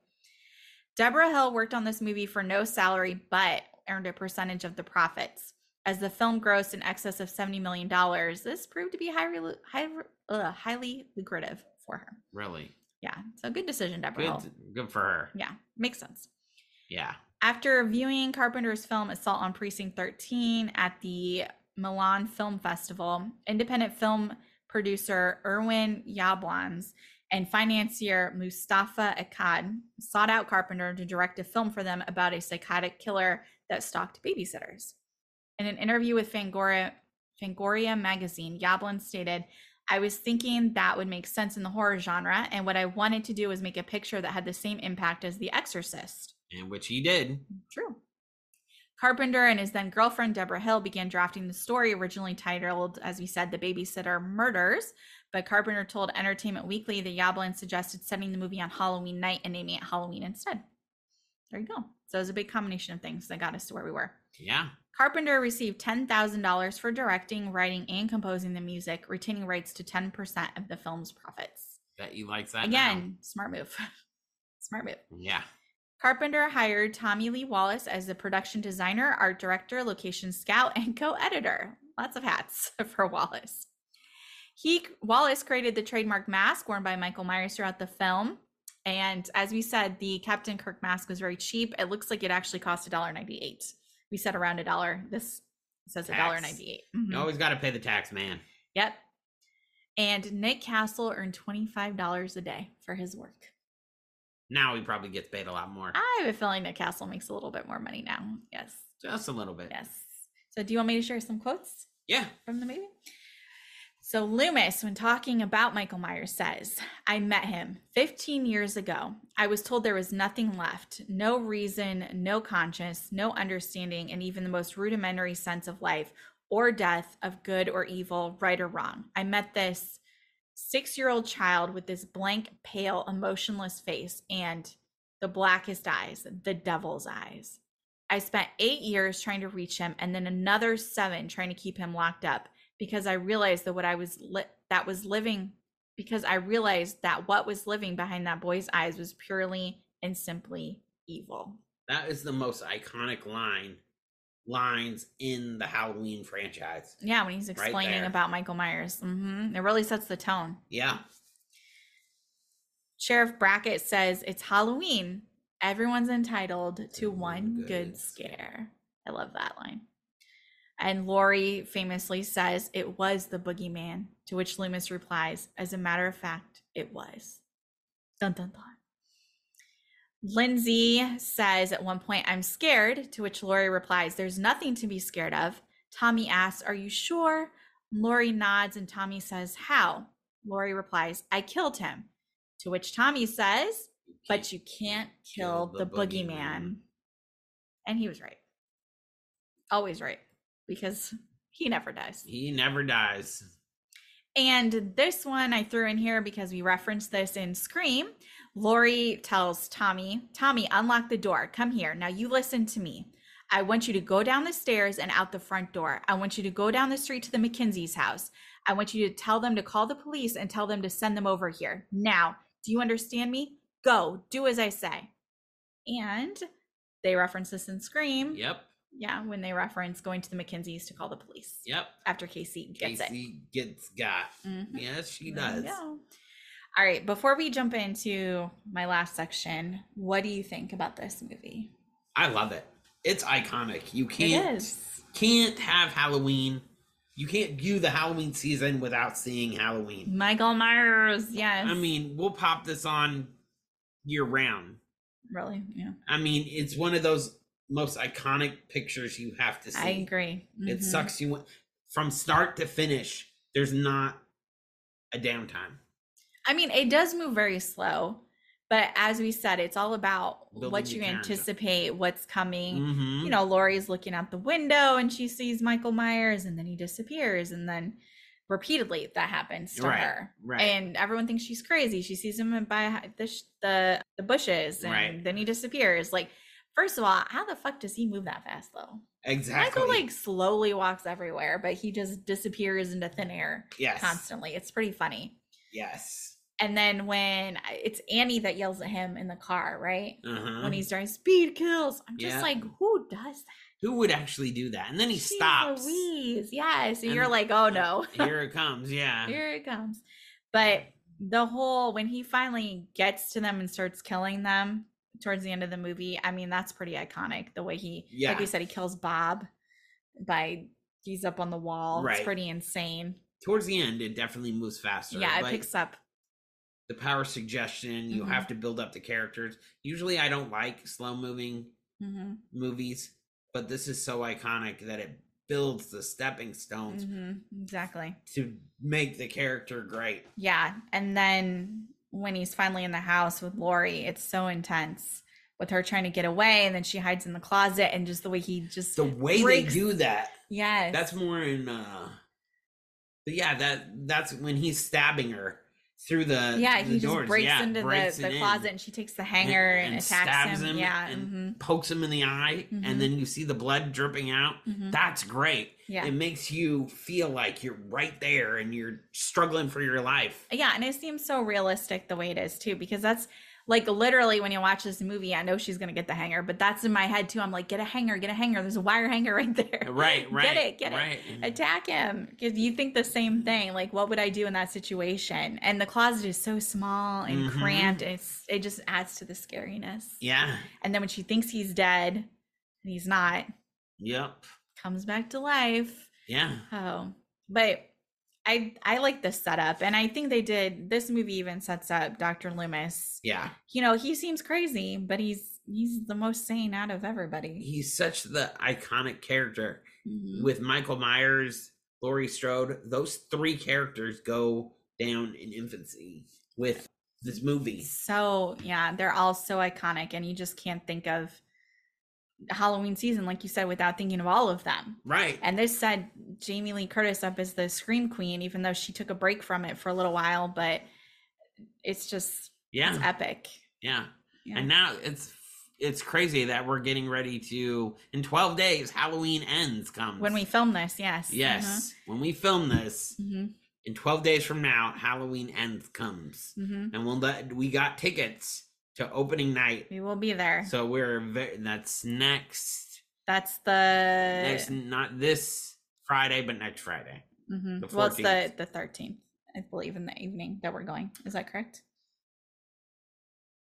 [SPEAKER 5] Deborah Hill worked on this movie for no salary, but earned a percentage of the profits. As the film grossed in excess of $70 million, this proved to be highly, high, uh, highly lucrative for her.
[SPEAKER 4] Really
[SPEAKER 5] Yeah. So good decision, Deborah
[SPEAKER 4] good.
[SPEAKER 5] Hill.
[SPEAKER 4] Good for her.
[SPEAKER 5] Yeah. Makes sense.
[SPEAKER 4] Yeah.
[SPEAKER 5] After viewing Carpenter's film Assault on Precinct 13 at the Milan Film Festival, independent film producer Erwin Yablans and financier Mustafa Akkad sought out Carpenter to direct a film for them about a psychotic killer that stalked babysitters. In an interview with Fangoria, Fangoria magazine, Yablans stated, I was thinking that would make sense in the horror genre, and what I wanted to do was make a picture that had the same impact as The Exorcist.
[SPEAKER 4] And which he did.
[SPEAKER 5] True. Carpenter and his then girlfriend Deborah Hill began drafting the story, originally titled, as we said, The Babysitter Murders. But Carpenter told Entertainment Weekly that Yablin suggested setting the movie on Halloween night and naming it Halloween instead. There you go. So it was a big combination of things that got us to where we were.
[SPEAKER 4] Yeah.
[SPEAKER 5] Carpenter received $10,000 for directing, writing, and composing the music, retaining rights to 10% of the film's profits.
[SPEAKER 4] That he likes that. now.
[SPEAKER 5] Again, smart move. *laughs* smart move.
[SPEAKER 4] Yeah.
[SPEAKER 5] Carpenter hired Tommy Lee Wallace as the production designer, art director, location scout, and co-editor. Lots of hats *laughs* for Wallace. He Wallace created the trademark mask worn by Michael Myers throughout the film. And as we said, the Captain Kirk mask was very cheap. It looks like it actually cost $1.98. We said around a dollar. This says a
[SPEAKER 4] Tax.
[SPEAKER 5] dollar 98
[SPEAKER 4] You always got to pay the tax, man.
[SPEAKER 5] Yep. And Nick Castle earned $25 a day for his work.
[SPEAKER 4] Now he probably gets paid a lot more.
[SPEAKER 5] I have a feeling that Castle makes a little bit more money now. Yes.
[SPEAKER 4] Just a little bit.
[SPEAKER 5] Yes. So, do you want me to share some quotes
[SPEAKER 4] Yeah.
[SPEAKER 5] from the movie? So, Loomis, when talking about Michael Myers, says, I met him 15 years ago. I was told there was nothing left no reason, no conscience, no understanding, and even the most rudimentary sense of life or death, of good or evil, right or wrong. I met this six year old child with this blank, pale, emotionless face and the blackest eyes, the devil's eyes. I spent eight years trying to reach him and then another seven trying to keep him locked up because I realized that what I was li- that was living because I realized that what was living behind that boy's eyes was purely and simply evil.
[SPEAKER 4] That is the most iconic line lines in the Halloween franchise.
[SPEAKER 5] Yeah, when he's explaining
[SPEAKER 4] there.
[SPEAKER 5] about Michael Myers, hmm it really sets the tone.
[SPEAKER 4] Yeah.
[SPEAKER 5] Sheriff Brackett says it's Halloween. Everyone's entitled to one good, scare. I love that line. And Lori famously says it was the boogeyman, to which Loomis replies, as a matter of fact, it was. Dun dun dun. Lindsay says at one point, I'm scared, to which Lori replies, There's nothing to be scared of. Tommy asks, Are you sure? Lori nods and Tommy says, How? Lori replies, I killed him. To which Tommy says, But you can't kill the boogeyman. And he was right. Always right, because he never dies.
[SPEAKER 4] He never dies.
[SPEAKER 5] And this one I threw in here because we referenced this in Scream. Lori tells Tommy, Tommy, unlock the door. Come here. Now you listen to me. I want you to go down the stairs and out the front door. I want you to go down the street to the McKinsey's house. I want you to tell them to call the police and tell them to send them over here. Now, do you understand me? Go, do as I say. And they reference this in Scream.
[SPEAKER 4] Yep.
[SPEAKER 5] Yeah, when they reference going to the McKinsey's to call the police
[SPEAKER 4] Yep.
[SPEAKER 5] after Casey gets it.
[SPEAKER 4] Casey gets got.
[SPEAKER 5] Mhm.
[SPEAKER 4] Yes, she
[SPEAKER 5] There you
[SPEAKER 4] does.
[SPEAKER 5] go. All right, before we jump into my last section, what do you think about this movie?
[SPEAKER 4] I love it. It's iconic. You
[SPEAKER 5] It
[SPEAKER 4] can't
[SPEAKER 5] is.
[SPEAKER 4] can't have Halloween. You can't view the Halloween season without seeing Halloween.
[SPEAKER 5] Michael Myers, yes.
[SPEAKER 4] I mean, we'll pop this on year round.
[SPEAKER 5] really, yeah.
[SPEAKER 4] I mean, it's one of those most iconic pictures you have to see.
[SPEAKER 5] I agree.
[SPEAKER 4] It
[SPEAKER 5] Mhm.
[SPEAKER 4] sucks you in- from start to finish. There's not a downtime.
[SPEAKER 5] I mean, it does move very slow, but as we said, it's all about
[SPEAKER 4] Building
[SPEAKER 5] what
[SPEAKER 4] your
[SPEAKER 5] you
[SPEAKER 4] character.
[SPEAKER 5] anticipate, what's coming.
[SPEAKER 4] Mhm.
[SPEAKER 5] You know, Lori's looking out the window and she sees Michael Myers and then he disappears. And then repeatedly that happens to
[SPEAKER 4] Right,
[SPEAKER 5] her.
[SPEAKER 4] right.
[SPEAKER 5] And everyone thinks she's crazy. She sees him in- by hi- the, sh- the, the bushes and
[SPEAKER 4] Right.
[SPEAKER 5] then he disappears. Like, first of all, how the fuck does he move that fast though?
[SPEAKER 4] exactly.
[SPEAKER 5] Michael like slowly walks everywhere, but he just disappears into thin air
[SPEAKER 4] yes,
[SPEAKER 5] constantly. It's pretty funny.
[SPEAKER 4] yes.
[SPEAKER 5] And then when I- it's Annie that yells at him in the car, right?
[SPEAKER 4] Uh-huh.
[SPEAKER 5] When he's driving speed kills. I'm just
[SPEAKER 4] Yeah.
[SPEAKER 5] like, who does that?
[SPEAKER 4] Who would actually do that? And then he
[SPEAKER 5] Jeez
[SPEAKER 4] stops.
[SPEAKER 5] Louise. Yes. And you're
[SPEAKER 4] And-
[SPEAKER 5] like, oh *laughs* no.
[SPEAKER 4] Here it comes. Yeah.
[SPEAKER 5] Here it comes. But the whole when he finally gets to them and starts killing them towards the end of the movie, I mean, that's pretty iconic. The way he
[SPEAKER 4] Yeah.
[SPEAKER 5] like you said, he kills Bob by he's up on the wall.
[SPEAKER 4] Right.
[SPEAKER 5] It's pretty insane.
[SPEAKER 4] Towards the end, it definitely moves faster.
[SPEAKER 5] yeah, it
[SPEAKER 4] but
[SPEAKER 5] picks up.
[SPEAKER 4] the power suggestion. You
[SPEAKER 5] Mhm.
[SPEAKER 4] have to build up the characters. Usually, I don't like slow moving
[SPEAKER 5] hmm
[SPEAKER 4] movies, but this is so iconic that it builds the stepping stones
[SPEAKER 5] hmm Exactly.
[SPEAKER 4] to make the character great.
[SPEAKER 5] Yeah. And then when he's finally in the house with Lori, it's so intense with her trying to get away. And then she hides in the closet and just the way he just,
[SPEAKER 4] The way
[SPEAKER 5] Breaks-
[SPEAKER 4] they do that.
[SPEAKER 5] yes.
[SPEAKER 4] That's more in uh but yeah, that that's when he's stabbing her through the
[SPEAKER 5] yeah.
[SPEAKER 4] the
[SPEAKER 5] He just
[SPEAKER 4] doors.
[SPEAKER 5] breaks
[SPEAKER 4] Yeah,
[SPEAKER 5] into
[SPEAKER 4] breaks
[SPEAKER 5] the,
[SPEAKER 4] it
[SPEAKER 5] the
[SPEAKER 4] in,
[SPEAKER 5] closet and she takes the hanger and,
[SPEAKER 4] and
[SPEAKER 5] attacks
[SPEAKER 4] stabs
[SPEAKER 5] him.
[SPEAKER 4] him
[SPEAKER 5] Yeah. mm-hmm,
[SPEAKER 4] and pokes him in the eye
[SPEAKER 5] Mhm.
[SPEAKER 4] and then you see the blood dripping out.
[SPEAKER 5] hmm hmm
[SPEAKER 4] That's great.
[SPEAKER 5] Yeah.
[SPEAKER 4] It makes you feel like you're right there and you're struggling for your life.
[SPEAKER 5] Yeah, and it seems so realistic the way it is too, because that's like literally when you watch this movie, I know she's gonna get the hanger, but that's in my head too. I'm like, get a hanger, get a hanger. There's a wire hanger right there.
[SPEAKER 4] Right, right.
[SPEAKER 5] Get it, get it.
[SPEAKER 4] right.
[SPEAKER 5] Attack him. Because you think the same thing. Like, what would I do in that situation? And the closet is so small and
[SPEAKER 4] Mhm.
[SPEAKER 5] cramped. And it's it just adds to the scariness.
[SPEAKER 4] Yeah.
[SPEAKER 5] And then when she thinks he's dead and he's not,
[SPEAKER 4] Yep.
[SPEAKER 5] comes back to life.
[SPEAKER 4] Yeah.
[SPEAKER 5] Oh, but I I like the setup, and I think they did. This movie even sets up Dr. Loomis.
[SPEAKER 4] Yeah.
[SPEAKER 5] You know, he seems crazy, but he's he's the most sane out of everybody.
[SPEAKER 4] He's such the iconic character.
[SPEAKER 5] Mhm.
[SPEAKER 4] with Michael Myers, Laurie Strode, those three characters go down in infancy with this movie.
[SPEAKER 5] So yeah, they're all so iconic, and you just can't think of Halloween season, like you said, without thinking of all of them.
[SPEAKER 4] Right.
[SPEAKER 5] And this said Jamie Lee Curtis up as the Scream Queen, even though she took a break from it for a little while, but it's just
[SPEAKER 4] Yeah.
[SPEAKER 5] it's epic.
[SPEAKER 4] yeah.
[SPEAKER 5] Yeah.
[SPEAKER 4] And now it's it's crazy that we're getting ready to in 12 days Halloween ends comes.
[SPEAKER 5] When we film this, yes. mhm.
[SPEAKER 4] Yes. When we film this
[SPEAKER 5] hmm
[SPEAKER 4] in 12 days from now Halloween ends comes.
[SPEAKER 5] hmm
[SPEAKER 4] And we'll let, we got tickets to opening night.
[SPEAKER 5] We will be there.
[SPEAKER 4] So we're ve- that's next
[SPEAKER 5] That's
[SPEAKER 4] next
[SPEAKER 5] the.
[SPEAKER 4] not this Friday but next Friday.
[SPEAKER 5] mhm.
[SPEAKER 4] the
[SPEAKER 5] Well, it's the
[SPEAKER 4] 14th.
[SPEAKER 5] the thirteenth, I believe, in the evening that we're going. Is that correct?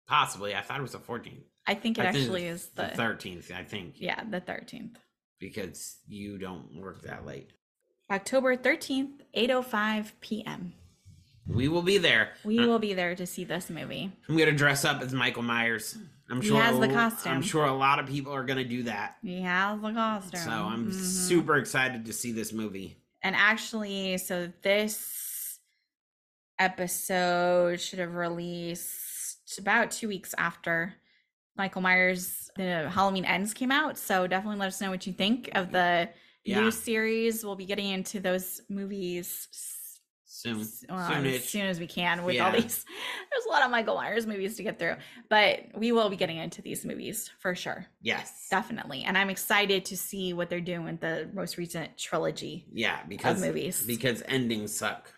[SPEAKER 4] Possibly. I thought it was the 14th.
[SPEAKER 5] I think it
[SPEAKER 4] I think
[SPEAKER 5] actually is
[SPEAKER 4] The
[SPEAKER 5] the.
[SPEAKER 4] 13th, I think.
[SPEAKER 5] yeah, the thirteenth,
[SPEAKER 4] Because you don't work that late.
[SPEAKER 5] October thirteenth, eight o five p.m.
[SPEAKER 4] We will be there.
[SPEAKER 5] We
[SPEAKER 4] Uh,
[SPEAKER 5] will be there to see this movie.
[SPEAKER 4] I'm going to dress up as Michael Myers. I'm
[SPEAKER 5] He
[SPEAKER 4] sure
[SPEAKER 5] has the
[SPEAKER 4] a-
[SPEAKER 5] costume.
[SPEAKER 4] I'm sure a lot of people are going to do that.
[SPEAKER 5] Yeah, the costume.
[SPEAKER 4] So I'm
[SPEAKER 5] Mhm.
[SPEAKER 4] super excited to see this movie.
[SPEAKER 5] And actually, so this episode should have released about two weeks after Michael Myers, the Halloween Ends came out. So definitely let us know what you think of the
[SPEAKER 4] Yeah.
[SPEAKER 5] new series. We'll be getting into those movies s-
[SPEAKER 4] Soon.
[SPEAKER 5] s- well,
[SPEAKER 4] Soon
[SPEAKER 5] as
[SPEAKER 4] it.
[SPEAKER 5] soon as we can with all
[SPEAKER 4] Yeah.
[SPEAKER 5] these. *laughs* There's a lot of Michael Myers movies to get through, but we will be getting into these movies for sure.
[SPEAKER 4] Yes.
[SPEAKER 5] Definitely. And I'm excited to see what they're doing with the most recent trilogy
[SPEAKER 4] Yeah, because
[SPEAKER 5] of movies.
[SPEAKER 4] because endings suck.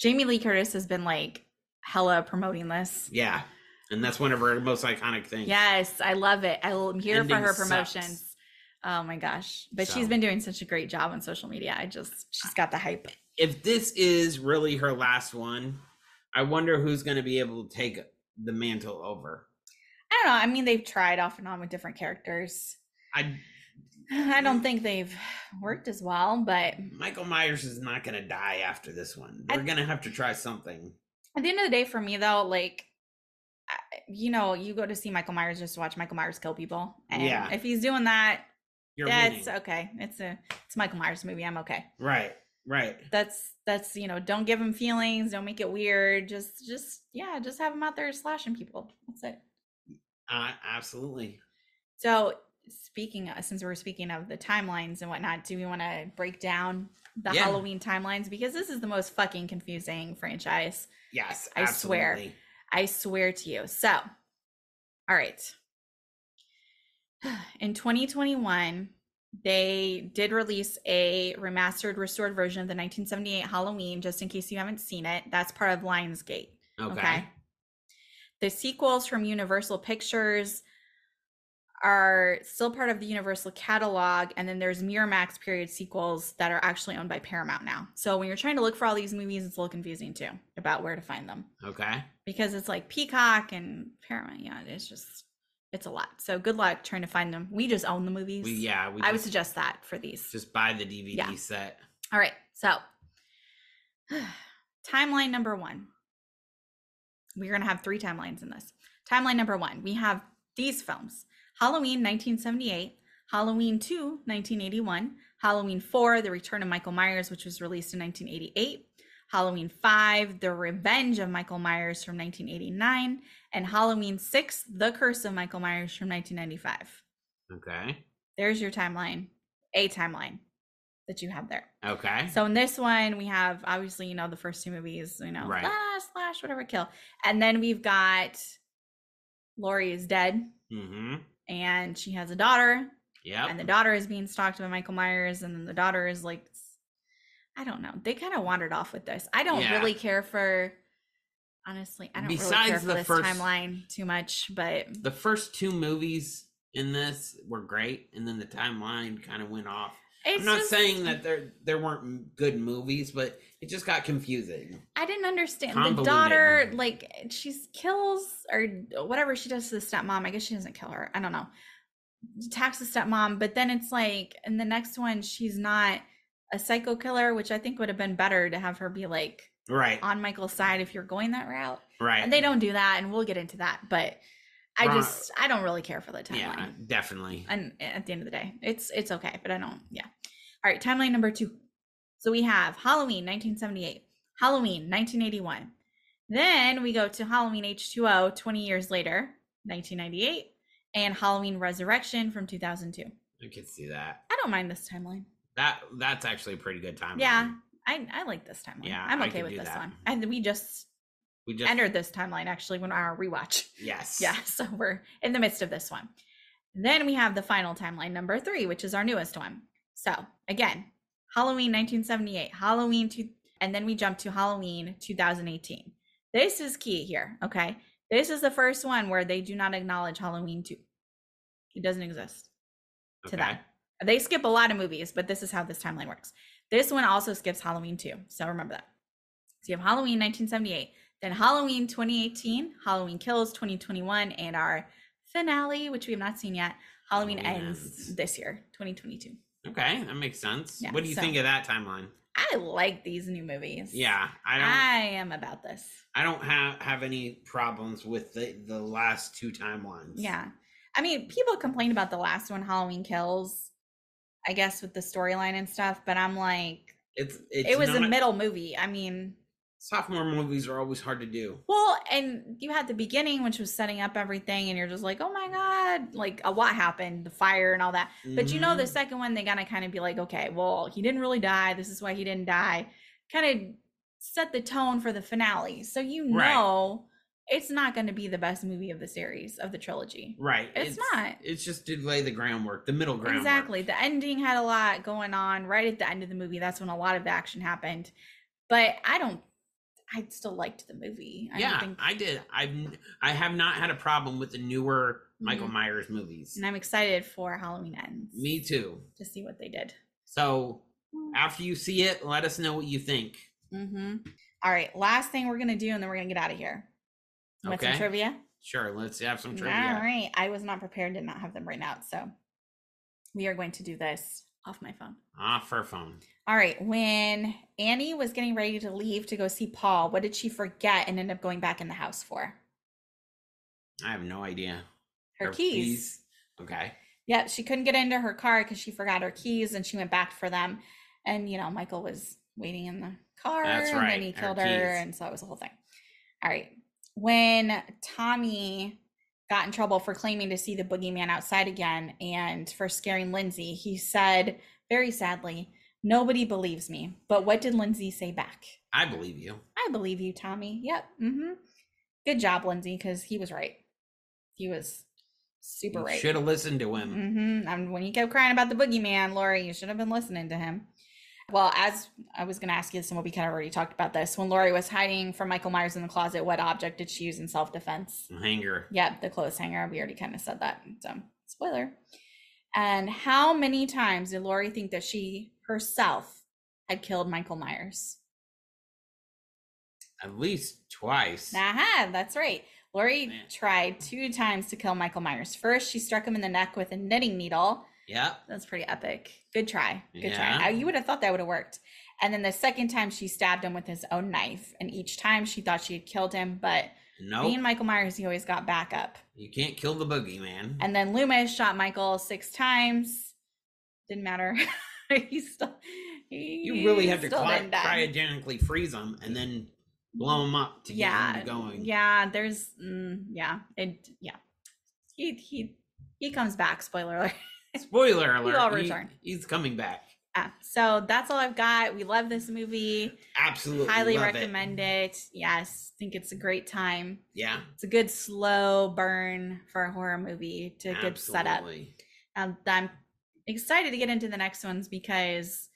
[SPEAKER 5] Jamie Lee Curtis has been like hella promoting this.
[SPEAKER 4] Yeah. And that's one of her most iconic things.
[SPEAKER 5] Yes, I love it. I l- I'm here for
[SPEAKER 4] Ending
[SPEAKER 5] her
[SPEAKER 4] sucks.
[SPEAKER 5] promotions. Oh my gosh. But she's
[SPEAKER 4] So.
[SPEAKER 5] been doing such a great job on social media. I just, she's got the hype.
[SPEAKER 4] If this is really her last one, I wonder who's going to be able to take the mantle over.
[SPEAKER 5] I don't know. I mean, they've tried off and on with different characters. *sighs*
[SPEAKER 4] I
[SPEAKER 5] I don't think they've worked as well, but
[SPEAKER 4] Michael Myers is not going to die after this one.
[SPEAKER 5] I-
[SPEAKER 4] We're going to have to try something.
[SPEAKER 5] at the end of the day, for me though, like I- you know, you go to see Michael Myers just to watch Michael Myers kill people, and
[SPEAKER 4] Yeah.
[SPEAKER 5] if he's doing that,
[SPEAKER 4] You're
[SPEAKER 5] that's
[SPEAKER 4] winning.
[SPEAKER 5] okay. It's a it's a Michael Myers movie. I'm okay.
[SPEAKER 4] right. Right.
[SPEAKER 5] That's that's you know, don't give him feelings, don't make it weird. Just just yeah, just have him out there slashing people. That's it.
[SPEAKER 4] Uh, absolutely.
[SPEAKER 5] So speaking of, since we're speaking of the timelines and whatnot, do we want to break down the
[SPEAKER 4] Yeah.
[SPEAKER 5] Halloween timelines because this is the most fucking confusing franchise
[SPEAKER 4] Yes.
[SPEAKER 5] I swear.
[SPEAKER 4] absolutely.
[SPEAKER 5] I swear to you. So, all right. *sighs* In 2021, they did release a remastered, restored version of the 1978 Halloween, just in case you haven't seen it. That's part of Lionsgate.
[SPEAKER 4] Okay.
[SPEAKER 5] The sequels from Universal Pictures are still part of the Universal catalog. And then there's Miramax period sequels that are actually owned by Paramount now. So when you're trying to look for all these movies, it's a little confusing too about where to find them
[SPEAKER 4] Okay.
[SPEAKER 5] because it's like Peacock and Paramount. Yeah, it's just it's a lot. So good luck trying to find them. We just own the movies.
[SPEAKER 4] We, yeah. We
[SPEAKER 5] I would
[SPEAKER 4] just,
[SPEAKER 5] suggest that for these.
[SPEAKER 4] just buy the DVD
[SPEAKER 5] Yeah.
[SPEAKER 4] set.
[SPEAKER 5] All right, so *sighs* timeline number one. We're gonna have three timelines in this. Timeline number one, we have these films: Halloween 1978, Halloween 2 1981, Halloween 4 The Return of Michael Myers, which was released in 1988, Halloween 5 The Revenge of Michael Myers from 1989, and Halloween 6 The Curse of Michael Myers from 1995.
[SPEAKER 4] Okay.
[SPEAKER 5] There's your timeline, a timeline that you have there.
[SPEAKER 4] Okay.
[SPEAKER 5] So in this one, we have obviously, you know, the first two movies, you know,
[SPEAKER 4] Right.
[SPEAKER 5] slash, slash, whatever, kill. And then we've got Lori is dead
[SPEAKER 4] mm-hmm.
[SPEAKER 5] and she has a daughter,
[SPEAKER 4] Yep.
[SPEAKER 5] and the daughter is being stalked by Michael Myers, and then the daughter is like, s- I don't know. They kind of wandered off with this. I don't
[SPEAKER 4] Yeah.
[SPEAKER 5] really care for, honestly, I don't really care
[SPEAKER 4] Besides
[SPEAKER 5] for
[SPEAKER 4] the
[SPEAKER 5] this
[SPEAKER 4] first-
[SPEAKER 5] timeline too much, but
[SPEAKER 4] the first two movies in this were great, and then the timeline kind of went off.
[SPEAKER 5] it's
[SPEAKER 4] I'm not
[SPEAKER 5] just-
[SPEAKER 4] saying that there there weren't m- good movies, but it just got confusing.
[SPEAKER 5] I didn't understand the
[SPEAKER 4] Convoluted.
[SPEAKER 5] daughter. Like she's kills or whatever she does to the stepmom. I guess she doesn't kill her. I don't know. Attacks the stepmom, but then it's like in the next one she's not a psycho killer, which I think would have been better to have her be like
[SPEAKER 4] Right.
[SPEAKER 5] on Michael's side if you're going that route.
[SPEAKER 4] Right.
[SPEAKER 5] And they don't do that, and we'll get into that. But I
[SPEAKER 4] Right.
[SPEAKER 5] just I don't really care for the timeline.
[SPEAKER 4] yeah, definitely.
[SPEAKER 5] And at the end of the day, it's it's okay, but I don't. Yeah. All right, timeline number two. So we have Halloween 1978, Halloween 1981. Then we go to Halloween H2O 20 years later, 1998, and Halloween Resurrection from 2002.
[SPEAKER 4] I could see that.
[SPEAKER 5] I don't mind this timeline.
[SPEAKER 4] That that's actually a pretty good timeline.
[SPEAKER 5] Yeah. I, I like this timeline.
[SPEAKER 4] Yeah,
[SPEAKER 5] I'm
[SPEAKER 4] I
[SPEAKER 5] okay
[SPEAKER 4] could
[SPEAKER 5] with
[SPEAKER 4] do
[SPEAKER 5] this
[SPEAKER 4] that.
[SPEAKER 5] one. And we just,
[SPEAKER 4] We just
[SPEAKER 5] entered this timeline actually when our rewatch.
[SPEAKER 4] Yes.
[SPEAKER 5] Yeah, *laughs* so we're in the midst of this one. Then we have the final timeline number three, which is our newest one. So again, Halloween 1978, Halloween two, and then we jump to Halloween 2018. This is key here. Okay, this is the first one where they do not acknowledge Halloween two. It doesn't exist. to that. They skip a lot of movies, but this is how this timeline works. This one also skips Halloween too, so remember that. So you have Halloween 1978, then Halloween 2018, Halloween Kills 2021, and our finale, which we have not seen yet. Halloween,
[SPEAKER 4] Halloween
[SPEAKER 5] ends,
[SPEAKER 4] Ends.
[SPEAKER 5] this year, 2022.
[SPEAKER 4] Okay, that makes sense.
[SPEAKER 5] Yeah,
[SPEAKER 4] what do you
[SPEAKER 5] so-
[SPEAKER 4] think of that timeline?
[SPEAKER 5] I like these new movies.
[SPEAKER 4] Yeah, I
[SPEAKER 5] I,
[SPEAKER 4] don't.
[SPEAKER 5] am about this.
[SPEAKER 4] I don't have have any problems with the the last two timelines.
[SPEAKER 5] Yeah. I mean, people complained about the last one, Halloween Kills, I guess with the storyline and stuff, but I'm like,
[SPEAKER 4] it's, it's
[SPEAKER 5] it was a
[SPEAKER 4] not-
[SPEAKER 5] middle movie. I mean,
[SPEAKER 4] sophomore movies are always hard to do.
[SPEAKER 5] Well, and you had the beginning, which was setting up everything, and you're just like, oh my God, like a what happened, the fire and all that. But you know, the
[SPEAKER 4] Mhm.
[SPEAKER 5] second one, they gotta kind of be like, okay, well, he didn't really die. This is why he didn't die. Kind set the tone for the finale. So you
[SPEAKER 4] Right.
[SPEAKER 5] know it's not going to be the best movie of the series of the trilogy.
[SPEAKER 4] Right.
[SPEAKER 5] It's not.
[SPEAKER 4] It's just to lay the groundwork, the middle groundwork.
[SPEAKER 5] Exactly. The ending had a lot going on right at the end of the movie. That's when a lot of the action happened. But I don't I still liked the movie. I
[SPEAKER 4] yeah,
[SPEAKER 5] don't think
[SPEAKER 4] I did. I've I have not had a problem with the newer
[SPEAKER 5] Mm-hmm.
[SPEAKER 4] Michael Myers movies.
[SPEAKER 5] and I'm excited for Halloween ends
[SPEAKER 4] Me too.
[SPEAKER 5] to see what they did.
[SPEAKER 4] So
[SPEAKER 5] Hmm.
[SPEAKER 4] after you see it, let us know what you think.
[SPEAKER 5] Mm-hmm. All right, last thing we're gonna do, and then we're gonna get out of here. With some
[SPEAKER 4] Okay.
[SPEAKER 5] trivia.
[SPEAKER 4] Sure, let's have some trivia.
[SPEAKER 5] All right, I was not prepared to not have them written out, so we are going to do this off my phone.
[SPEAKER 4] Off her phone.
[SPEAKER 5] All right, when Annie was getting ready to leave to go see Paul, what did she forget and end up going back in the house for?
[SPEAKER 4] I have no idea.
[SPEAKER 5] Her, keys.
[SPEAKER 4] Okay.
[SPEAKER 5] Yeah, she couldn't get into her car because she forgot her keys, and she went back for them. And you know, Michael was waiting in the car,
[SPEAKER 4] That's
[SPEAKER 5] and
[SPEAKER 4] right,
[SPEAKER 5] then he
[SPEAKER 4] her
[SPEAKER 5] killed her,
[SPEAKER 4] keys.
[SPEAKER 5] and so it was a whole thing. All right, when Tommy got in trouble for claiming to see the boogeyman outside again and for scaring Lindsay, he said very sadly, "Nobody believes me." But what did Lindsay say back?
[SPEAKER 4] I believe you.
[SPEAKER 5] I believe you, Tommy. Yep. Mm-hmm. Good job, Lindsay, because he was right. He was super
[SPEAKER 4] You
[SPEAKER 5] right.
[SPEAKER 4] should have listened to him.
[SPEAKER 5] Mm-hmm. And when you kept crying about the boogeyman, Lori, you should have been listening to him. Well, as I was going to ask you this, and we kind of already talked about this. When Lori was hiding from Michael Myers in the closet, what object did she use in self defense?
[SPEAKER 4] Hanger.
[SPEAKER 5] Yep, the clothes hanger. We already kind of said that. So, spoiler. And how many times did Lori think that she herself had killed Michael Myers?
[SPEAKER 4] At least twice.
[SPEAKER 5] Aha, that's right. Lori
[SPEAKER 4] Man.
[SPEAKER 5] tried two times to kill Michael Myers. First, she struck him in the neck with a knitting needle.
[SPEAKER 4] Yep.
[SPEAKER 5] That's pretty epic. Good try. Good
[SPEAKER 4] Yeah.
[SPEAKER 5] try. I- you would have thought that would have worked. And then the second time she stabbed him with his own knife. And each time she thought she had killed him, but
[SPEAKER 4] No.
[SPEAKER 5] being Michael Myers, he always got back up.
[SPEAKER 4] you can't kill the boogeyman.
[SPEAKER 5] And then Loomis shot Michael six times. Didn't matter. *laughs* he still he
[SPEAKER 4] you really have to
[SPEAKER 5] still
[SPEAKER 4] cry,
[SPEAKER 5] didn't die.
[SPEAKER 4] cryogenically freeze them and then blow them up to get
[SPEAKER 5] yeah
[SPEAKER 4] 'em going.
[SPEAKER 5] yeah there's mm, yeah it yeah he he he comes back spoiler alert *laughs*
[SPEAKER 4] Spoiler
[SPEAKER 5] He'll
[SPEAKER 4] alert.
[SPEAKER 5] return.
[SPEAKER 4] He, he's coming back.
[SPEAKER 5] yeah. so that's all i've got we love this movie
[SPEAKER 4] Absolutely.
[SPEAKER 5] highly
[SPEAKER 4] love it.
[SPEAKER 5] recommend it. yes think it's a great time
[SPEAKER 4] Yeah.
[SPEAKER 5] it's a good slow burn for a horror movie to
[SPEAKER 4] Absolutely.
[SPEAKER 5] good setup um, i'm excited to get into the next ones because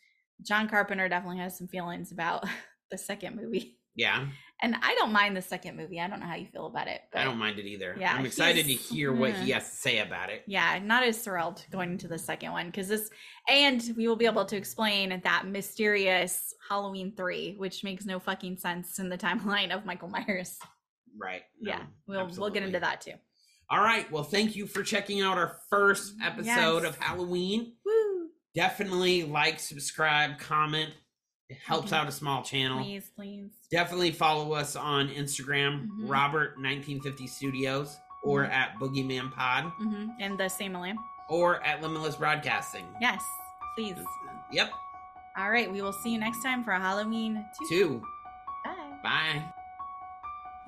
[SPEAKER 5] john carpenter definitely has some feelings about *laughs* the second movie
[SPEAKER 4] Yeah.
[SPEAKER 5] and i don't mind the second movie i don't know how you feel about it
[SPEAKER 4] I
[SPEAKER 5] but-
[SPEAKER 4] don't mind it either.
[SPEAKER 5] Yeah,
[SPEAKER 4] I'm excited to
[SPEAKER 5] he's-
[SPEAKER 4] hear what he
[SPEAKER 5] Mhm.
[SPEAKER 4] has to say about it.
[SPEAKER 5] yeah not as thrilled going into the second one because this and we will be able to explain that mysterious halloween three which makes no fucking sense in the timeline of michael myers
[SPEAKER 4] Right.
[SPEAKER 5] yeah
[SPEAKER 4] no.
[SPEAKER 5] we'll we'll get
[SPEAKER 4] absolutely.
[SPEAKER 5] into that too
[SPEAKER 4] All right. Well, thank you for checking out our first episode
[SPEAKER 5] Yes.
[SPEAKER 4] of Halloween.
[SPEAKER 5] Woo.
[SPEAKER 4] Definitely like, subscribe, comment. It helps
[SPEAKER 5] Mhm.
[SPEAKER 4] out a small channel.
[SPEAKER 5] please please
[SPEAKER 4] Definitely follow us on Instagram,
[SPEAKER 5] Mhm.
[SPEAKER 4] Robert1950 Studios, or
[SPEAKER 5] Mhm.
[SPEAKER 4] at Boogeyman Pod,
[SPEAKER 5] hmm and the same lamb
[SPEAKER 4] or at Limitless Broadcasting.
[SPEAKER 5] yes please
[SPEAKER 4] Yep.
[SPEAKER 5] all right we will see you next time for halloween two,
[SPEAKER 4] Two.
[SPEAKER 5] Bye.
[SPEAKER 4] Bye.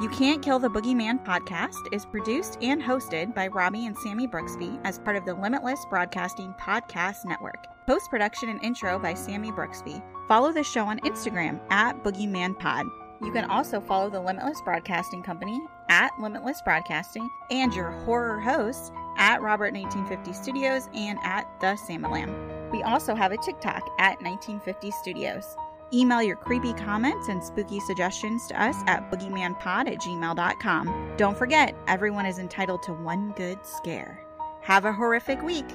[SPEAKER 5] You Can't Kill the Boogeyman podcast is produced and hosted by Robbie and Sammy Brooksby as part of the Limitless Broadcasting Podcast Network. Post production and intro by Sammy Brooksby. Follow the show on Instagram at Boogeyman Pod. You can also follow the Limitless Broadcasting Company at Limitless Broadcasting and your horror hosts at Robert 1950 Studios and at The Samalam. We also have a TikTok at 1950 Studios. Email your creepy comments and spooky suggestions to us at boogeymanpod at gmail.com. Don't forget, everyone is entitled to one good scare. Have a horrific week.